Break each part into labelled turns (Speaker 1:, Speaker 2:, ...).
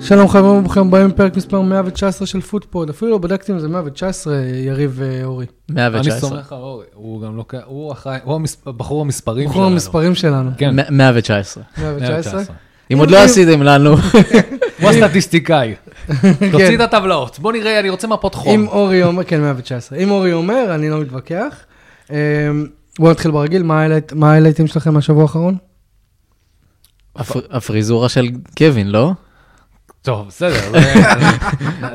Speaker 1: שלום חברים וברוכים הבאים לפרק מספר 119 של פודפוד. אפילו לא בדקתי אם זה 119, יריב אה, ואורי.
Speaker 2: 119.
Speaker 3: אני סומך על אורי, הוא גם לוקח, הוא אחראי, הוא המס- הבחור המספרים
Speaker 1: בחור
Speaker 3: שלנו.
Speaker 1: המספרים שלנו.
Speaker 3: כן,
Speaker 2: מ- 119.
Speaker 1: 119.
Speaker 3: 119.
Speaker 2: אם עוד לא עשיתם לנו,
Speaker 3: הוא הסטטיסטיקאי. תוציא את הטבלאות, בוא נראה, אני רוצה מפות חום.
Speaker 1: כן. אם אורי אומר, כן, 119. אם אורי אומר, אני לא מתווכח. אמ, בואו נתחיל ברגיל, מה ההיילייט- מה ההיילייטים שלכם מהשבוע האחרון?
Speaker 2: הפר- הפריזורה של קווין, לא?
Speaker 3: טוב, בסדר.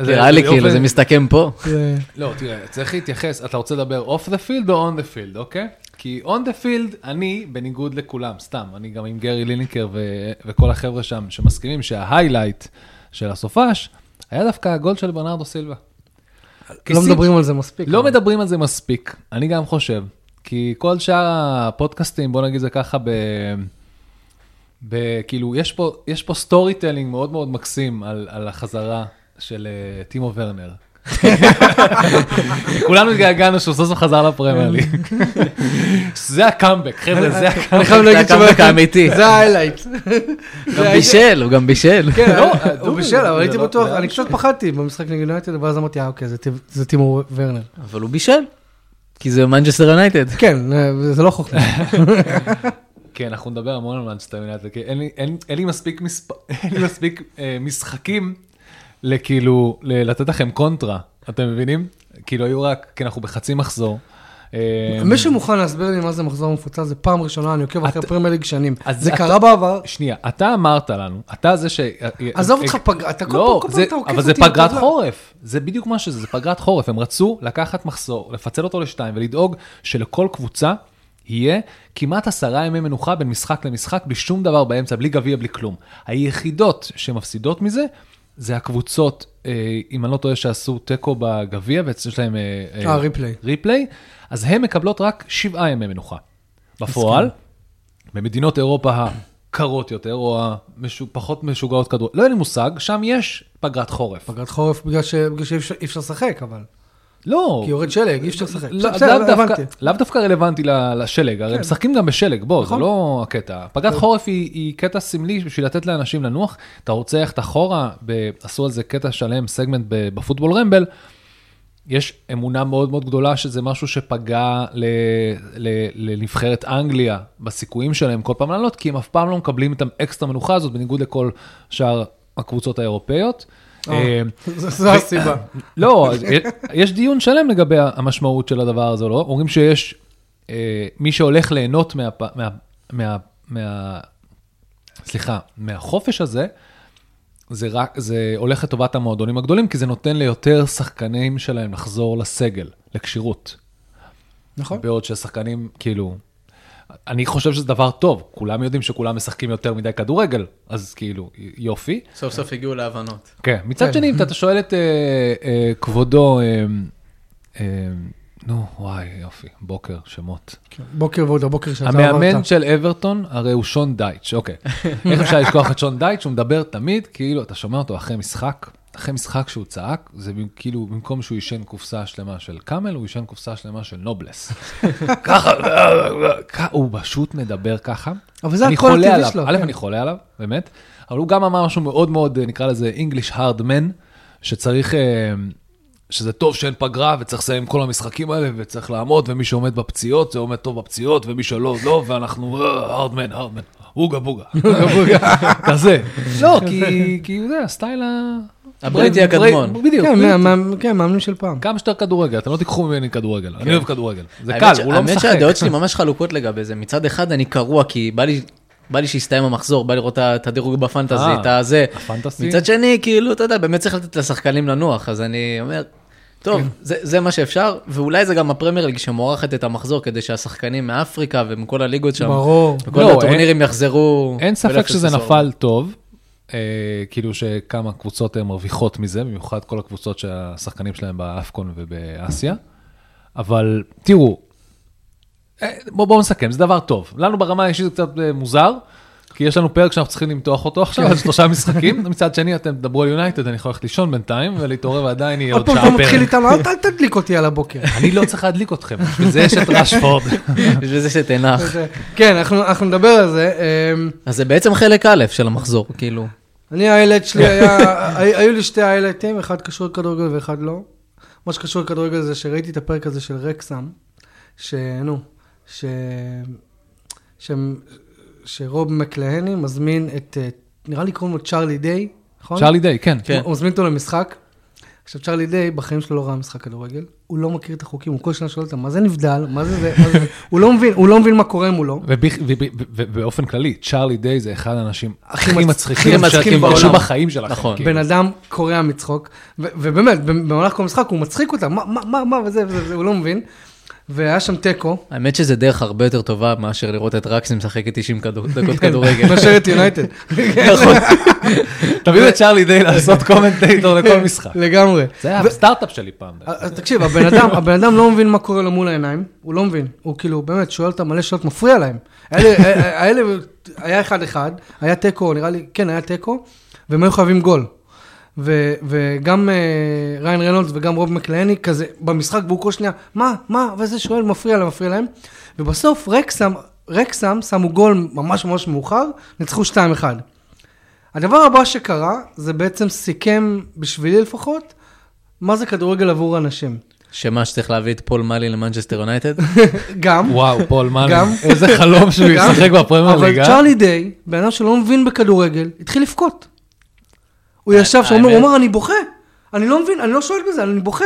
Speaker 3: זה-
Speaker 2: נראה לי
Speaker 3: זה
Speaker 2: כאילו,
Speaker 3: אופן-
Speaker 2: זה מסתכם פה.
Speaker 1: זה-
Speaker 3: לא, תראה, צריך להתייחס, אתה רוצה לדבר off the field או on the field, אוקיי? כי on the field, אני, בניגוד לכולם, סתם, אני גם עם גרי ליניקר ו- וכל החבר'ה שם, שמסכימים שההיילייט של הסופש, היה דווקא הגול של ברנרדו סילבה.
Speaker 1: לא
Speaker 3: כיסים-
Speaker 1: מדברים על זה מספיק.
Speaker 3: לא
Speaker 1: אבל-
Speaker 3: מדברים על זה מספיק, אני גם חושב, כי כל שאר הפודקאסטים, בוא נגיד זה ככה, ב... ב... כאילו, יש פה, יש פה סטורי טלינג מאוד מאוד מקסים על, על החזרה של uh, טימו ורנר. כולנו התגעגענו שהוא סוף סוף חזר לפרמייר ליג. זה הקאמבק, חבר'ה, זה הקאמבק.
Speaker 1: כן. אני חייב
Speaker 2: זה
Speaker 1: להגיד
Speaker 2: הקאמבק
Speaker 1: שזה-
Speaker 2: האמיתי.
Speaker 1: זה ההיילייט.
Speaker 2: גם בישל, הוא גם בישל.
Speaker 1: כן,
Speaker 3: לא,
Speaker 1: היה- הוא
Speaker 3: דובי,
Speaker 1: בישל, אבל
Speaker 3: זה
Speaker 1: הייתי
Speaker 3: לא-
Speaker 1: בטוח,
Speaker 3: זה היה
Speaker 1: אני קצת פחדתי במשחק נגד יונייטד, ואז אמרתי, אה, אוקיי, זה טיב- זה טימו ורנר.
Speaker 2: אבל הוא בישל, כי זה מנג'סטר יונייטד.
Speaker 1: כן, אה, זה לא חוכמה.
Speaker 3: כן, אנחנו נדבר המון על מנצ'סטר יונייטד, כי אין לי- אין- אין לי מספיק מספ- אין לי מספיק אה, משחקים לכאילו, ל- לתת לכם קונטרה, אתם מבינים? כאילו היו רק, כי אנחנו בחצי מחזור. אה,
Speaker 1: מי שמוכן להסביר לי מה זה מחזור מפוצל, זה פעם ראשונה, אני עוקב אחרי
Speaker 3: את-
Speaker 1: פרמייר ליג שנים.
Speaker 3: אז
Speaker 1: זה
Speaker 3: את-
Speaker 1: קרה בעבר,
Speaker 3: שנייה, אתה אמרת לנו, אתה זה ש...
Speaker 1: עזוב אותך, פג- אתה כל פעם-
Speaker 3: לא,
Speaker 1: כל פעם
Speaker 3: זה-
Speaker 1: אתה עוקף
Speaker 3: אבל זה
Speaker 1: אותי, אתה
Speaker 3: פגרת
Speaker 1: יודע.
Speaker 3: חורף, זה בדיוק מה שזה, זה פגרת חורף. הם רצו לקחת מחסור, לפצל אותו לשתיים ולדאוג שלכל קבוצה יהיה כמעט עשרה ימי מנוחה בין משחק למשחק, בלי שום דבר באמצע, בלי גביע, בלי כלום. היחידות שמפסידות מזה, זה הקבוצות, אה, אם אני לא טועה, שעשו תיקו בגביע, ויש להם... אה,
Speaker 1: אה, ריפליי.
Speaker 3: ריפליי, אז הן מקבלות רק שבעה ימי מנוחה. בפועל, במדינות אירופה הקרות יותר, או הפחות משוגעות כדור, לא אין לי מושג, שם יש פגרת חורף.
Speaker 1: פגרת חורף בגלל ש- בגלל שאי אפשר- אי אפשר לשחק, אבל.
Speaker 3: לא.
Speaker 1: כי יורד שלג, אי אפשר לשחק.
Speaker 3: לא- כן.
Speaker 1: בסדר,
Speaker 3: לאו דווקא-
Speaker 1: הבנתי.
Speaker 3: לאו דווקא רלוונטי ל- לשלג, הרי משחקים גם בשלג, בוא, זה לא הקטע. פגרת חורף היא היא קטע סמלי בשביל לתת לאנשים לנוח. אתה רוצה ללכת אחורה, ב- עשו על זה קטע שלם, סגמנט ב- בפוטבול רמבל. יש אמונה מאוד מאוד גדולה שזה משהו שפגע ל- ל- לנבחרת אנגליה בסיכויים שלהם כל פעם לעלות, כי הם אף פעם לא מקבלים את האקסטרה מנוחה הזאת, בניגוד לכל שאר הקבוצות האירופאיות. אה,
Speaker 1: זו- זו הסיבה.
Speaker 3: לא, אז יש- יש דיון שלם לגבי המשמעות של הדבר הזה, לא? אומרים שיש אה, מי שהולך ליהנות מה... מה, מה, מה סליחה, מהחופש הזה, זה, רק, זה הולך לטובת המועדונים הגדולים, כי זה נותן ליותר שחקנים שלהם לחזור לסגל, לכשירות.
Speaker 1: נכון.
Speaker 3: בעוד שהשחקנים, כאילו, אני חושב שזה דבר טוב, כולם יודעים שכולם משחקים יותר מדי כדורגל, אז כאילו, יופי.
Speaker 2: סוף סוף הגיעו להבנות.
Speaker 3: כן, מצד שני, אם אתה שואל את אה, אה, כבודו, אה, אה, נו, וואי, יופי, בוקר, שמות.
Speaker 1: בוקר ועוד הבוקר שאתה עברת.
Speaker 3: המאמן של אברטון, הרי הוא שון דייטש, אוקיי. איך אפשר לשכוח את שון דייטש? הוא מדבר תמיד, כאילו, אתה שומע אותו אחרי משחק, אחרי משחק שהוא צעק, זה במ- כאילו, במקום שהוא עישן קופסה שלמה של קאמל, הוא עישן קופסה שלמה של נובלס. ככה, כ- הוא פשוט מדבר ככה.
Speaker 1: אבל זה
Speaker 3: אני
Speaker 1: הכל
Speaker 3: חולה
Speaker 1: הטבעי
Speaker 3: עליו.
Speaker 1: שלו,
Speaker 3: א',
Speaker 1: כן.
Speaker 3: אני חולה עליו, באמת, אבל הוא גם אמר משהו מאוד מאוד, אה, נקרא לזה English hard man, שצריך... אה, שזה טוב שאין פגרה וצריך לסיים כל המשחקים האלה וצריך לעמוד, ומי שעומד בפציעות זה עומד טוב בפציעות, ומי שלא, לא, ואנחנו הרדמן, הרדמן, אוגה בוגה, אוגה בוגה, כזה. לא, כי, כי זה הסטייל ה...
Speaker 2: הבריטי הקדמון.
Speaker 3: בדיוק.
Speaker 1: כן, מה- מה- כן, מאמנים של פעם.
Speaker 3: כמה שיותר כדורגל, אתם לא תיקחו ממני כדורגל, אני אוהב כדורגל. זה קל, הוא לא
Speaker 2: האמת
Speaker 3: משחק.
Speaker 2: שהדעות שלי ממש חלוקות לגבי זה. מצד אחד אני קרוע, כי בא לי... בא לי שיסתיים המחזור, בא לראות את הדירוג בפנטזי,
Speaker 3: אה,
Speaker 2: את הזה.
Speaker 3: הפנטזי.
Speaker 2: מצד שני, כאילו, אתה יודע, באמת צריך לתת לשחקנים לנוח, אז אני אומר, טוב,
Speaker 3: כן.
Speaker 2: זה, זה מה שאפשר, ואולי זה גם הפרמייר ליג שמוערכת את המחזור, כדי שהשחקנים מאפריקה ומכל הליגות שם,
Speaker 1: ברור.
Speaker 2: וכל
Speaker 3: לא,
Speaker 2: הטורנירים יחזרו.
Speaker 3: אין ספק
Speaker 2: ולאפס
Speaker 3: שזה
Speaker 2: אוקיי. לסוף.
Speaker 3: נפל טוב, אה, כאילו שכמה קבוצות הן מרוויחות מזה, במיוחד כל הקבוצות שהשחקנים שלהם באפקון ובאסיה. אבל תראו, אה, בואו בוא נסכם, זה דבר טוב. לנו ברמה האישית זה קצת אה, מוזר, כי יש לנו פרק שאנחנו צריכים למתוח אותו עכשיו, על שלושה משחקים. מצד שני, אתם תדברו על יונייטד, אני יכול ללכת לישון בינתיים ולהתעורר ועדיין יהיה
Speaker 1: עוד
Speaker 3: עוד
Speaker 1: פעם
Speaker 3: שעה
Speaker 1: אתה מתחיל
Speaker 3: פרק.
Speaker 1: איתנו, אל- אל תדליק אותי על הבוקר.
Speaker 3: אני לא צריך להדליק אתכם, בשביל זה יש את ראשפורד.
Speaker 2: בשביל זה שתנח.
Speaker 1: כן, אנחנו- אנחנו נדבר על זה. אמ,
Speaker 2: אז זה בעצם חלק א' של המחזור, כאילו.
Speaker 1: אני, ההיילייט שלי היה, הי- היו לי שתי היילייטים, אחד קשור לכדורגל ואחד לא. מה שקשור לכדורגל זה שראיתי את הפרק הזה של רקסם, שנו, ש... שהם- שרוב מקלהני מזמין את, אה, נראה לי קוראים לו צ'ארלי דיי, נכון?
Speaker 3: צ'רלי דיי, כן.
Speaker 2: כן.
Speaker 1: הוא מזמין אותו למשחק. עכשיו, צ'רלי דיי בחיים שלו לא ראה משחק כדורגל, הוא לא מכיר את החוקים, הוא כל שנה שואל אותם, מה זה נבדל? מה זה זה? מה זה זה?" הוא לא מבין, הוא לא מבין מה קורה מולו.
Speaker 3: ובכ- וב- וב- ובאופן כללי, צ'רלי דיי זה אחד האנשים הכי
Speaker 1: מצ-
Speaker 3: מצחיקים
Speaker 2: הכי מצחיקים
Speaker 3: שאתם פגשו
Speaker 2: בעולם.
Speaker 3: בחיים שלכם.
Speaker 2: נכון.
Speaker 3: כאילו.
Speaker 1: בן אדם קורע מצחוק, ו- ובאמת, במהלך כל משחק הוא מצחיק אותם, מה, מה, מה, מה, וזה, וזה, וזה, הוא לא מבין. והיה שם תיקו,
Speaker 2: האמת שזה דרך הרבה יותר טובה מאשר לראות את רקסי משחק את 90 כדור- דקות
Speaker 3: כן.
Speaker 2: כדורגל.
Speaker 1: מאשר את יונייטד.
Speaker 2: נכון.
Speaker 3: תביאו את צ'רלי דיי לעשות קומנטייטור לכל משחק.
Speaker 1: לגמרי.
Speaker 3: זה היה הסטארט-אפ שלי פעם. דרך אגב.
Speaker 1: אז אה, תקשיב, הבן אדם, הבן אדם לא מבין מה קורה לו מול העיניים, הוא לא מבין, הוא כאילו באמת שואל אותם מלא שאלות, מפריע להם. האלה, אה, האלה, היה אחד אחד, היה תיקו, נראה לי, כן, היה תיקו, והם היו חייבים גול. ו, וגם אה, ריין ריינולדס וגם רוב מקלעני כזה במשחק, והוא כל שנייה, מה, מה, וזה שואל, מפריע להם, מפריע להם. ובסוף רקסם, רקסם שמו גול ממש ממש מאוחר, ניצחו 2-1. הדבר הבא שקרה, זה בעצם סיכם, בשבילי לפחות, מה זה כדורגל עבור אנשים.
Speaker 2: שמה שצריך להביא את פול מאלי למנצ'סטר יונייטד?
Speaker 1: גם,
Speaker 3: וואו, פול מאלי,
Speaker 1: גם.
Speaker 3: איזה חלום שהוא
Speaker 1: גם.
Speaker 3: ישחק בפרמייר
Speaker 1: אבל
Speaker 3: ליגה.
Speaker 1: צ'רלי דיי, בן אדם שלא מבין בכדורגל, התחיל לבכות. הוא ישב שם, הוא אומר,
Speaker 2: האמת-
Speaker 1: הוא אמר, אני בוכה. אני לא מבין, אני לא שולט בזה, אני בוכה.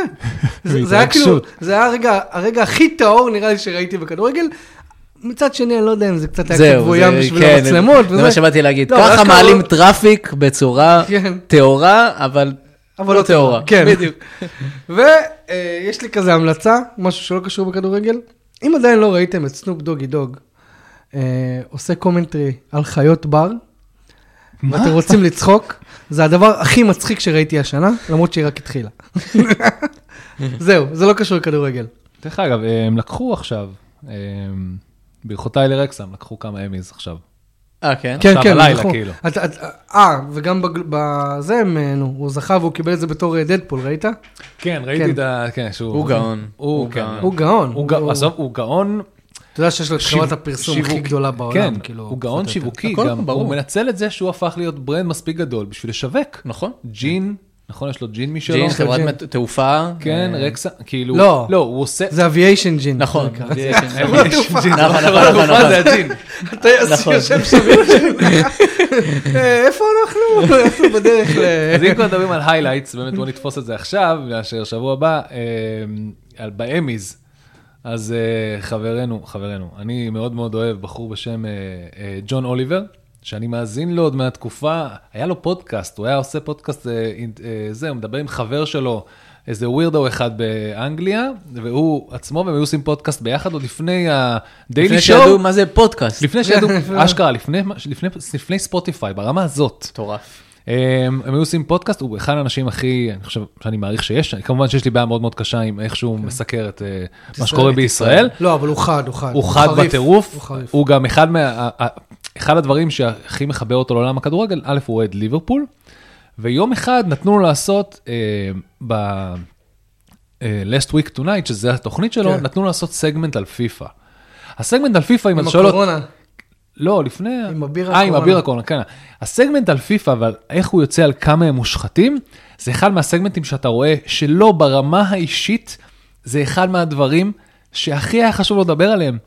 Speaker 1: זה זה היה כאילו,
Speaker 3: בהתרגשות.
Speaker 1: זה היה הרגע, הרגע הכי טהור נראה לי שראיתי בכדורגל. מצד שני, אני לא יודע אם זה קצת היה קצת
Speaker 2: זהו,
Speaker 1: בוים
Speaker 2: זה-
Speaker 1: בשביל
Speaker 2: כן,
Speaker 1: המצלמות.
Speaker 2: זה
Speaker 1: וזה.
Speaker 2: מה שבאתי להגיד.
Speaker 1: לא, אבל
Speaker 2: ככה
Speaker 1: אשכרה
Speaker 2: מעלים
Speaker 1: לא-
Speaker 2: טראפיק בצורה
Speaker 1: כן.
Speaker 2: טהורה, אבל
Speaker 1: אבל לא טהורה. כן.
Speaker 2: בדיוק.
Speaker 1: ויש לי כזה המלצה, משהו שלא קשור בכדורגל. אם עדיין לא ראיתם את סנופ דוגי דוג, אה, עושה קומנטרי על חיות בר, ואתם רוצים לצחוק, זה הדבר הכי מצחיק שראיתי השנה, למרות שהיא רק התחילה. זהו, זה לא קשור לכדורגל.
Speaker 3: דרך אגב, הם לקחו עכשיו, הם, ברכותיי לרקסם, לקחו כמה אמיז עכשיו.
Speaker 2: אה, כן?
Speaker 1: כן,
Speaker 3: עכשיו
Speaker 1: כן,
Speaker 3: הלילה,
Speaker 1: נכון.
Speaker 3: כאילו.
Speaker 1: את- את- אה, וגם בגל- בזה, הם, אה, נו, הוא זכה והוא קיבל את זה בתור אה, דדפול, ראית?
Speaker 3: כן,
Speaker 1: כן.
Speaker 3: ראיתי את ה... כן, שהוא...
Speaker 2: הוא גאון.
Speaker 3: הוא
Speaker 2: הוא
Speaker 3: גאון.
Speaker 2: גאון.
Speaker 1: הוא גאון.
Speaker 3: הוא גאון. עזוב, הוא גאון
Speaker 1: אתה יודע שיש לו את
Speaker 3: שיווק-
Speaker 1: חברת הפרסום הכי
Speaker 3: שיווק-
Speaker 1: גדולה בעולם,
Speaker 3: כן,
Speaker 1: כאילו.
Speaker 3: הוא
Speaker 1: פחות או
Speaker 3: גאון
Speaker 1: יותר.
Speaker 3: שיווקי,
Speaker 2: הכל
Speaker 3: גם
Speaker 2: ברור.
Speaker 3: הוא מנצל את זה שהוא הפך להיות ברנד מספיק גדול בשביל לשווק.
Speaker 1: כן.
Speaker 2: נכון.
Speaker 3: ג'ין, נכון, יש לו ג'ין משלו.
Speaker 2: ג'ין חברת
Speaker 1: ג'ין.
Speaker 2: מת- תעופה. אה,
Speaker 3: כן, רקסם, כאילו...
Speaker 1: לא.
Speaker 3: לא, הוא עושה...
Speaker 1: זה אביישן ג'ין.
Speaker 2: נכון.
Speaker 1: זה נקרא.
Speaker 2: זה- כן,
Speaker 3: אין לי שום ג'ין.
Speaker 2: נכון, נכון,
Speaker 3: אבל
Speaker 2: נכון,
Speaker 3: מה
Speaker 2: נכון.
Speaker 3: לא זה הג'ין.
Speaker 1: הטייס
Speaker 2: נכון.
Speaker 1: שיושב שם, אה, איפה אנחנו? אנחנו בדרך
Speaker 3: אז
Speaker 1: ל...
Speaker 3: אם כבר מדברים על highlights, באמת בוא נתפוס את זה עכשיו, מאשר שבוע הבא, אמ, על באמיז. אז אה, חברנו, חברנו, אני מאוד מאוד אוהב בחור בשם אה, אה, ג'ון אוליבר, שאני מאזין לו עוד מהתקופה, היה לו פודקאסט, הוא היה עושה פודקאסט, אה, אינט- אה, זה, הוא מדבר עם חבר שלו, איזה ווירדו אחד באנגליה, והוא עצמו, והם היו עושים פודקאסט ביחד עוד לפני הדיילי
Speaker 2: לפני
Speaker 3: שואו,
Speaker 2: שידעו מה זה פודקאסט.
Speaker 3: לפני שידעו, אשכרה, לפני- לפני- לפני ספוטיפיי, ברמה הזאת.
Speaker 2: מטורף.
Speaker 3: אמ, הם היו עושים פודקאסט, הוא אחד האנשים הכי, אני חושב שאני מעריך שיש, כמובן שיש לי בעיה מאוד מאוד קשה עם איך שהוא
Speaker 1: כן.
Speaker 3: מסקר את אה, מה שקורה בישראל.
Speaker 1: לא, אבל הוא חד, הוא חד.
Speaker 3: הוא חד
Speaker 1: חריף, הוא
Speaker 3: בטירוף,
Speaker 1: חריף.
Speaker 3: הוא גם אחד מה... ה- ה- אחד הדברים שהכי מחבר אותו לעולם הכדורגל, א', הוא אוהד ליברפול, ויום אחד נתנו לו לעשות אה, ב... אה, Last Week Tonight, שזה התוכנית שלו,
Speaker 1: כן.
Speaker 3: נתנו לו לעשות סגמנט על פיפא. הסגמנט על פיפא, אם
Speaker 1: עם
Speaker 3: אתה שואל אותי...
Speaker 1: הקורונה.
Speaker 3: לא, לפני...
Speaker 1: עם הבירה
Speaker 3: אה, עם
Speaker 1: הקורונה.
Speaker 3: הבירה הקורונה, כן. הסגמנט על פיפא, אבל איך הוא יוצא על כמה הם מושחתים, זה אחד מהסגמנטים שאתה רואה שלא ברמה האישית, זה אחד מהדברים שהכי היה חשוב לו לדבר עליהם.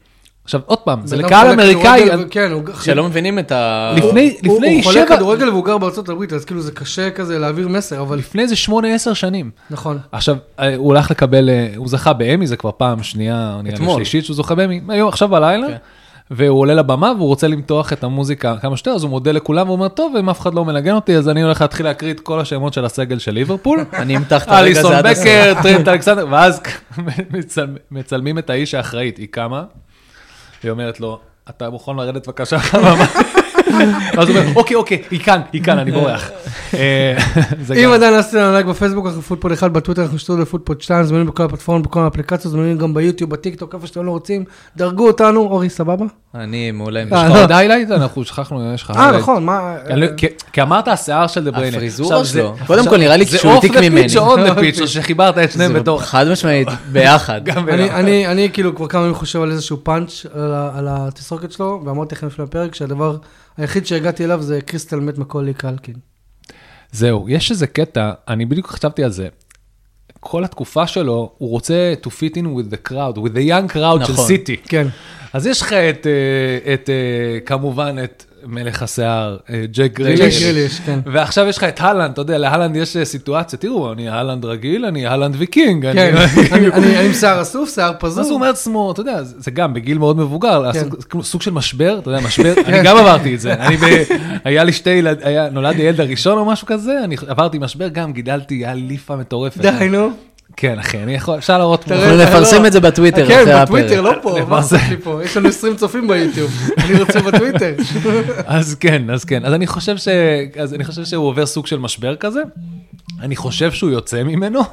Speaker 3: עכשיו, עוד פעם, זה
Speaker 1: בן אדם
Speaker 3: לקהל
Speaker 1: חולה
Speaker 3: אמריקאי,
Speaker 1: לא כדורגל, כן, הוא...
Speaker 2: שלא מבינים את ה...
Speaker 3: לפני,
Speaker 1: הוא-
Speaker 3: לפני
Speaker 1: הוא חולה
Speaker 3: שבע,
Speaker 1: כדורגל והוא גר בארצות הברית, אז כאילו זה קשה כזה להעביר מסר, אבל...
Speaker 3: לפני איזה שמונה, עשר שנים.
Speaker 1: נכון.
Speaker 3: עכשיו, אה, הוא הלך לקבל, אה, הוא זכה באמי, זה כבר פעם שנייה, נראה לי
Speaker 2: אתמול.
Speaker 3: שלישית שהוא זוכה באמי, היום עכשיו בלילה,
Speaker 2: כן.
Speaker 3: והוא עולה לבמה והוא רוצה למתוח את המוזיקה כמה שיותר, אז הוא מודה לכולם ואומר, טוב, אם אף אחד לא מנגן אותי, אז אני הולך להתחיל להקריא את כל השמות של הסגל של ליברפול.
Speaker 2: אני אמתח את הרגע
Speaker 3: אליסון
Speaker 2: הזה עד הסוף.
Speaker 3: בקר, טרנט אלכסנדר, ואז מצל- מצלמים את האיש האחראית, היא קמה, היא אומרת לו, אתה מוכן לרדת בבקשה? מהבמה?" ואז הוא אומר, אוקיי, אוקיי, היא כאן, היא כאן, אני בורח. אה, זה
Speaker 1: אם
Speaker 3: גם-
Speaker 1: עדיין עשיתם לנו לייק בפייסבוק, אנחנו פודפוד אחד, בטוויטר אנחנו שטודו פודפוד 2, זמינים בכל הפלטפורמות, בכל האפליקציות, זמינים גם ביוטיוב, בטיקטוק, איפה שאתם לא רוצים. דרגו אותנו, אורי, סבבה?
Speaker 2: אני מעולה.
Speaker 3: יש לך עוד היילייט? אנחנו שכחנו, יש לך
Speaker 1: לא. אה,
Speaker 3: highlight.
Speaker 1: נכון, מה...
Speaker 3: אני לא- כי- כי אמרת השיער של דה בריינה.
Speaker 2: הפריזורה
Speaker 3: עכשיו,
Speaker 2: שלו.
Speaker 3: זה-
Speaker 2: קודם
Speaker 3: עכשיו,
Speaker 2: כל, נראה לי שהוא העתיק
Speaker 3: זה אוף דה פיץ'
Speaker 2: ממני.
Speaker 3: או און דה פיץ', או שחיברת את שניהם
Speaker 2: זה
Speaker 3: בתור...
Speaker 2: חד משמעית, ביחד.
Speaker 3: גם
Speaker 1: אני-
Speaker 3: ביחד.
Speaker 1: אני, אני כאילו כבר כמה ימים חושב על איזשהו פאנץ' על, ה- על התסרוקת שלו, ואמרתי לכם לפני הפרק שהדבר היחיד שהגעתי אליו זה קריסטל מת מקולי קלקין.
Speaker 3: זהו, יש איזה קטע, אני בדיוק חשבתי על זה. כל התקופה שלו, הוא רוצה to fit in with the crowd, with the young crowd של
Speaker 2: נכון.
Speaker 3: סיטי.
Speaker 1: כן.
Speaker 3: אז יש לך את, אה, את, אה, כמובן, את מלך השיער, אה, ג'ק גריליש.
Speaker 1: גריליש, כן.
Speaker 3: ועכשיו יש לך את הלנד, אתה יודע, להלנד יש אה, סיטואציה, תראו, אני הלנד רגיל, אני הלנד ויקינג. אני- לא-
Speaker 1: כן, אני- אני אני עם שיער אסוף, שיער פזור.
Speaker 3: אז הוא אומר לעצמו, אתה יודע, זה זה גם בגיל מאוד מבוגר, לעשות
Speaker 1: כן.
Speaker 3: כאילו סוג של משבר, אתה יודע, משבר, אני גם עברתי את זה, אני ב... היה לי שתי ילד, היה- נולד לי ילד הראשון או משהו כזה, אני עברתי משבר, גם גידלתי, היה ליפה מטורפת.
Speaker 1: די, נו.
Speaker 3: כן, אחי, אני יכול, אפשר להראות תמונה.
Speaker 2: אנחנו
Speaker 1: תראה,
Speaker 2: נפרסם
Speaker 1: לא.
Speaker 2: את זה בטוויטר
Speaker 1: כן,
Speaker 2: אחרי
Speaker 1: בטוויטר,
Speaker 2: הפרק.
Speaker 1: לא פה, מה
Speaker 3: נפרסם.
Speaker 1: עושה לי פה? יש לנו 20 צופים ביוטיוב, אני רוצה בטוויטר.
Speaker 3: אז כן, אז כן. אז אני חושב ש... אז אני חושב שהוא עובר סוג של משבר כזה. אני חושב שהוא יוצא ממנו.